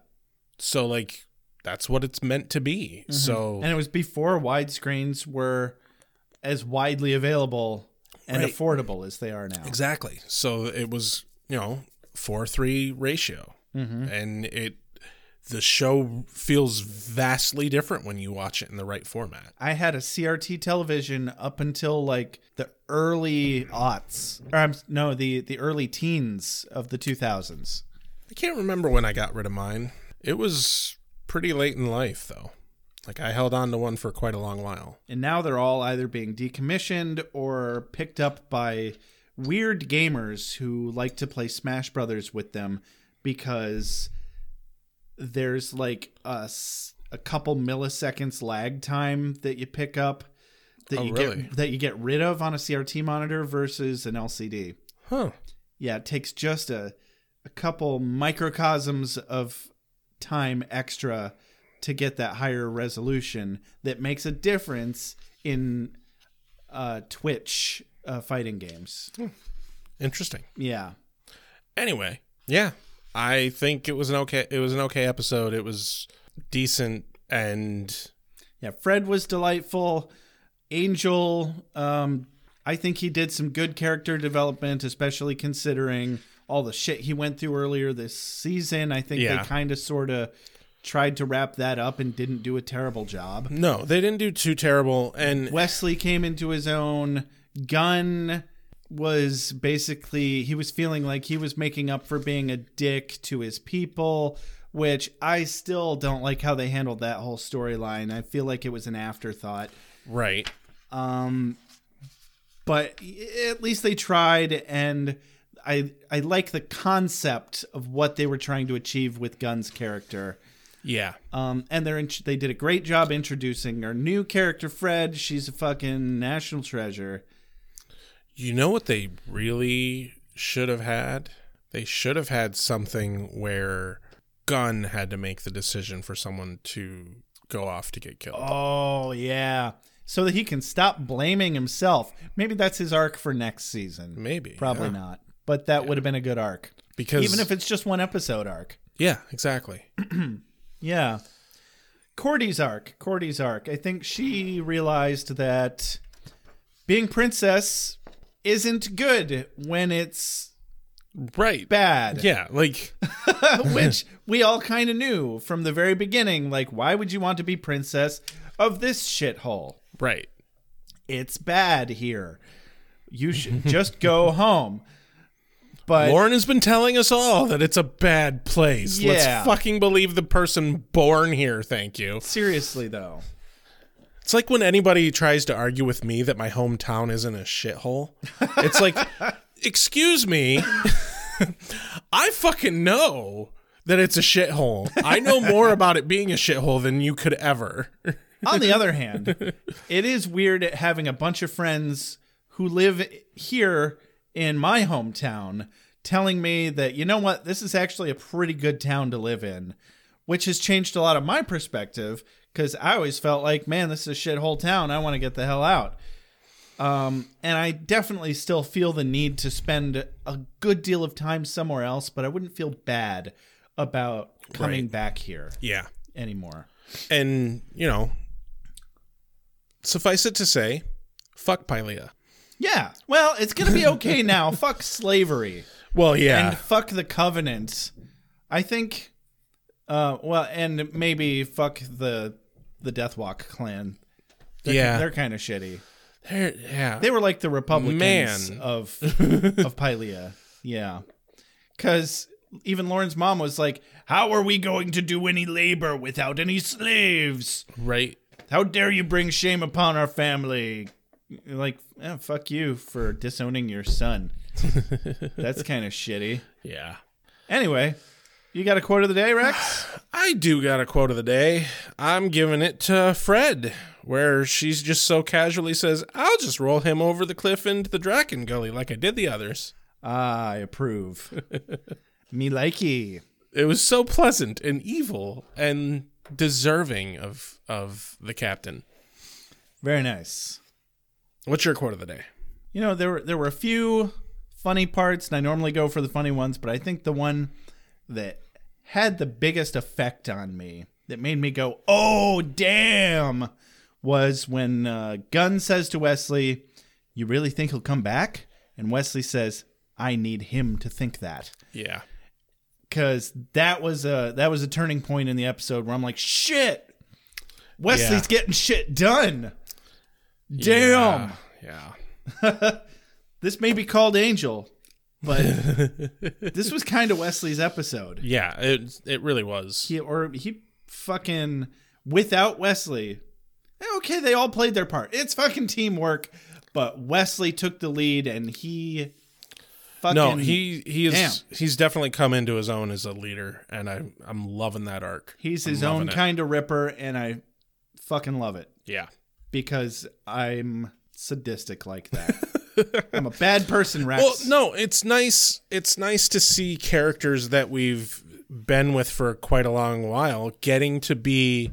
Speaker 2: So like that's what it's meant to be. So
Speaker 1: and it was before widescreens were as widely available and
Speaker 2: Right.
Speaker 1: affordable as they are now.
Speaker 2: Exactly. So it was, you know, 4 3 ratio.
Speaker 1: Mhm.
Speaker 2: And it, the show feels vastly different when you watch it in the right format.
Speaker 1: I had a CRT television up until like the early aughts, or I'm, no, the the early teens of the 2000s.
Speaker 2: I can't remember when I got rid of mine. It was pretty late in life, though. Like I held on to one for quite a long while.
Speaker 1: And now they're all either being decommissioned or picked up by weird gamers who like to play Smash Brothers with them because there's like a, s- a couple milliseconds lag time that you pick up that
Speaker 2: Oh,
Speaker 1: you
Speaker 2: really?
Speaker 1: get that you get rid of on a CRT monitor versus an LCD.
Speaker 2: Huh.
Speaker 1: Yeah, it takes just a a couple microcosms of time extra to get that higher resolution that makes a difference in uh, Twitch uh, fighting games.
Speaker 2: Interesting.
Speaker 1: Yeah.
Speaker 2: Anyway, yeah, I think it was an okay. It was an okay episode. It was decent, and
Speaker 1: Yeah, Fred was delightful. Angel, um, I think he did some good character development, especially considering all the shit he went through earlier this season. I think
Speaker 2: Yeah.
Speaker 1: they kind of sort of tried to wrap that up and didn't do a terrible job.
Speaker 2: no, they didn't do too terrible. And
Speaker 1: Wesley came into his own. Gunn was basically, he was feeling like he was making up for being a dick to his people, which I still don't like how they handled that whole storyline. I feel like it was an afterthought.
Speaker 2: right,
Speaker 1: Um, but at least they tried, and I I like the concept of what they were trying to achieve with Gunn's character.
Speaker 2: yeah,
Speaker 1: Um, and they're in, they did a great job introducing our new character, Fred. She's a fucking national treasure.
Speaker 2: You know what they really should have had? They should have had something where Gunn had to make the decision for someone to go off to get killed.
Speaker 1: Oh yeah, so that he can stop blaming himself. Maybe that's his arc for next season.
Speaker 2: Maybe,
Speaker 1: probably
Speaker 2: yeah.
Speaker 1: not. But that would have been a good arc,
Speaker 2: Because
Speaker 1: even if it's just one episode arc.
Speaker 2: Yeah, exactly.
Speaker 1: Yeah. Cordy's arc. Cordy's arc. I think she realized that being princess isn't good when it's
Speaker 2: Right.
Speaker 1: bad.
Speaker 2: Yeah, like
Speaker 1: Which we all kind of knew from the very beginning. Like, why would you want to be princess of this shithole?
Speaker 2: right.
Speaker 1: It's bad here. You should just go home. But
Speaker 2: Lauren has been telling us all that it's a bad place.
Speaker 1: Yeah.
Speaker 2: Let's fucking believe the person born here, thank you.
Speaker 1: seriously, though.
Speaker 2: It's like when anybody tries to argue with me that my hometown isn't a shithole. It's like, excuse me, I fucking know that it's a shithole. I know more about it being a shithole than you could ever.
Speaker 1: On the other hand, it is weird having a bunch of friends who live here in my hometown telling me that, you know what, this is actually a pretty good town to live in, which has changed a lot of my perspective because I always felt like, man, this is a shithole town. I want to get the hell out. Um, and I definitely still feel the need to spend a good deal of time somewhere else, but I wouldn't feel bad about coming
Speaker 2: Right.
Speaker 1: back here
Speaker 2: Yeah.
Speaker 1: anymore.
Speaker 2: And, you know, suffice it to say, Fuck Pylea.
Speaker 1: Yeah. Well, it's gonna be okay now. fuck slavery.
Speaker 2: Well, yeah.
Speaker 1: And fuck the covenant. I think. Uh, well, and maybe fuck the the Deathwalk clan. They're,
Speaker 2: Yeah.
Speaker 1: they're kind of shitty.
Speaker 2: They're- yeah.
Speaker 1: They were like the Republicans
Speaker 2: Man.
Speaker 1: of of Pylea. Yeah. Cuz even Lauren's mom was like, "How are we going to do any labor without any slaves?
Speaker 2: right.
Speaker 1: How dare you bring shame upon our family?" Like, eh, fuck you for disowning your son. That's kind of shitty.
Speaker 2: Yeah.
Speaker 1: Anyway, you got a quote of the day, Rex?
Speaker 2: I do got a quote of the day. I'm giving it to Fred, where she's just so casually says, I'll just roll him over the cliff into the Draken Gully like I did the others.
Speaker 1: I approve. Me likey.
Speaker 2: It was so pleasant and evil and deserving of of the captain.
Speaker 1: Very nice.
Speaker 2: What's your quote of the day?
Speaker 1: You know, there were there were a few funny parts, and I normally go for the funny ones, but I think the one that had the biggest effect on me, that made me go, "Oh, damn," was when uh, Gunn says to Wesley, "You really think he'll come back?" And Wesley says, "I need him to think that."
Speaker 2: Yeah.
Speaker 1: because that was a that was a turning point in the episode where I'm like, shit, Wesley's
Speaker 2: Yeah.
Speaker 1: getting shit done. Damn,
Speaker 2: Yeah.
Speaker 1: this may be called Angel, but this was kind of Wesley's episode.
Speaker 2: Yeah, it it really was.
Speaker 1: He or he fucking without Wesley. eh, Okay, they all played their part. It's fucking teamwork, but Wesley took the lead and he fucking
Speaker 2: no, he he is he's definitely come into his own as a leader and I I'm loving that arc.
Speaker 1: he's
Speaker 2: I'm
Speaker 1: his own
Speaker 2: loving it.
Speaker 1: kind of ripper and I fucking love it.
Speaker 2: Yeah.
Speaker 1: because I'm sadistic like that. I'm a bad person, Rex.
Speaker 2: Well, no, it's nice. It's nice to see characters that we've been with for quite a long while getting to be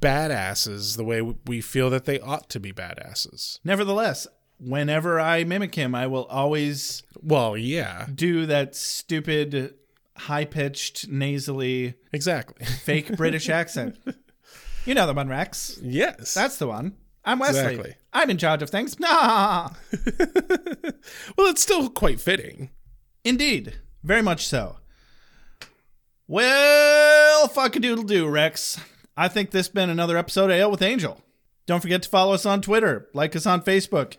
Speaker 2: badasses the way we feel that they ought to be badasses.
Speaker 1: Nevertheless, whenever I mimic him, I will always
Speaker 2: Well, yeah,
Speaker 1: do that stupid, high pitched, nasally,
Speaker 2: exactly.
Speaker 1: fake British accent. You know the one, Rex.
Speaker 2: yes,
Speaker 1: That's the one. I'm Wesley.
Speaker 2: Exactly.
Speaker 1: I'm in charge of things. Nah.
Speaker 2: well, it's still quite fitting.
Speaker 1: Indeed. Very much so. Well, fuck a doodle do, Rex. I think this has been another episode of Ale with Angel. Don't forget to follow us on Twitter, like us on Facebook.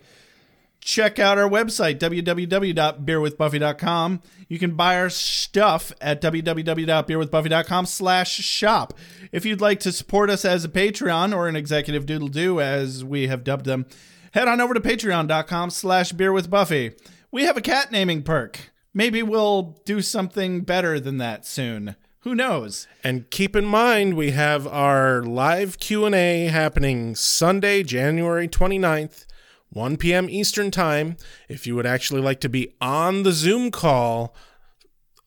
Speaker 1: Check out our website, www.beerwithbuffy.com. You can buy our stuff at www.beerwithbuffy.com slash shop. If you'd like to support us as a Patreon or an executive doodle do, as we have dubbed them, head on over to patreon.com slash beerwithbuffy. We have a cat naming perk. Maybe we'll do something better than that soon. Who knows?
Speaker 2: And keep in mind we have our live Q&A happening Sunday, January 29th, 1 p.m. Eastern Time. If you would actually like to be on the Zoom call,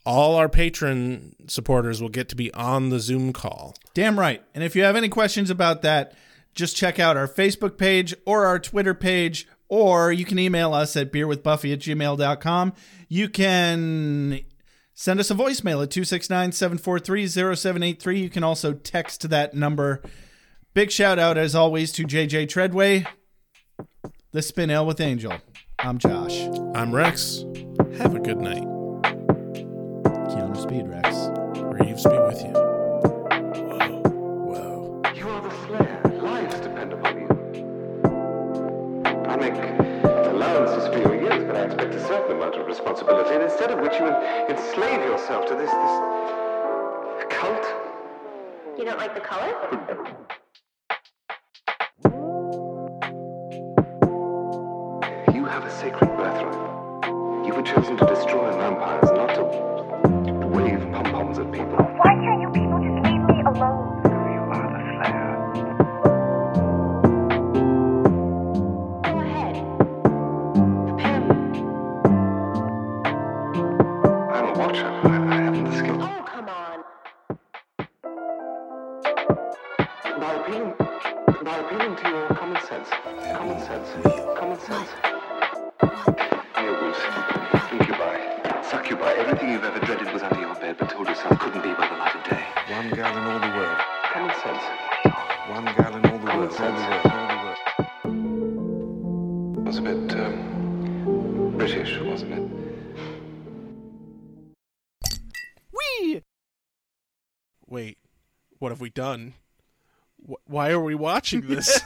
Speaker 2: all our patron supporters will get to be on the Zoom call.
Speaker 1: Damn right. And if you have any questions about that, just check out our Facebook page or our Twitter page, or you can email us at beerwithbuffy at gmail.com. You can send us a voicemail at 269 743 0783. You can also text that number. Big shout out, as always, to JJ Treadway. The Spin Ale with Angel. I'm Josh.
Speaker 2: I'm Rex. Have a good night.
Speaker 1: Keanu Speed Rex.
Speaker 2: Reeves be with you.
Speaker 7: You are the slayer. Lives depend upon you. I make allowances for your years, but I expect a certain amount of responsibility, and instead of which you en- enslave yourself to this this cult.
Speaker 5: You don't like the color?
Speaker 7: You have a sacred birthright. You were chosen to destroy vampires, not to wave pom poms at people.
Speaker 11: Why can't you people just leave me alone?
Speaker 7: You are the slayer.
Speaker 11: Go ahead.
Speaker 7: I'm a watcher. I, I haven't the skill.
Speaker 11: Oh, come on.
Speaker 7: By appealing, by appealing to your common sense, common sense, common sense. Earwolves, incubi, succubi, everything you've ever dreaded was under your bed but told yourself couldn't be by the light of day.
Speaker 4: One girl in all the world.
Speaker 7: Common sense.
Speaker 4: One girl in all the
Speaker 7: Common
Speaker 4: world. All the
Speaker 7: sense.
Speaker 4: world. All the world.
Speaker 12: was a bit um, British, wasn't it?
Speaker 1: Wee. Wait, what have we done? Wh- why are we watching this?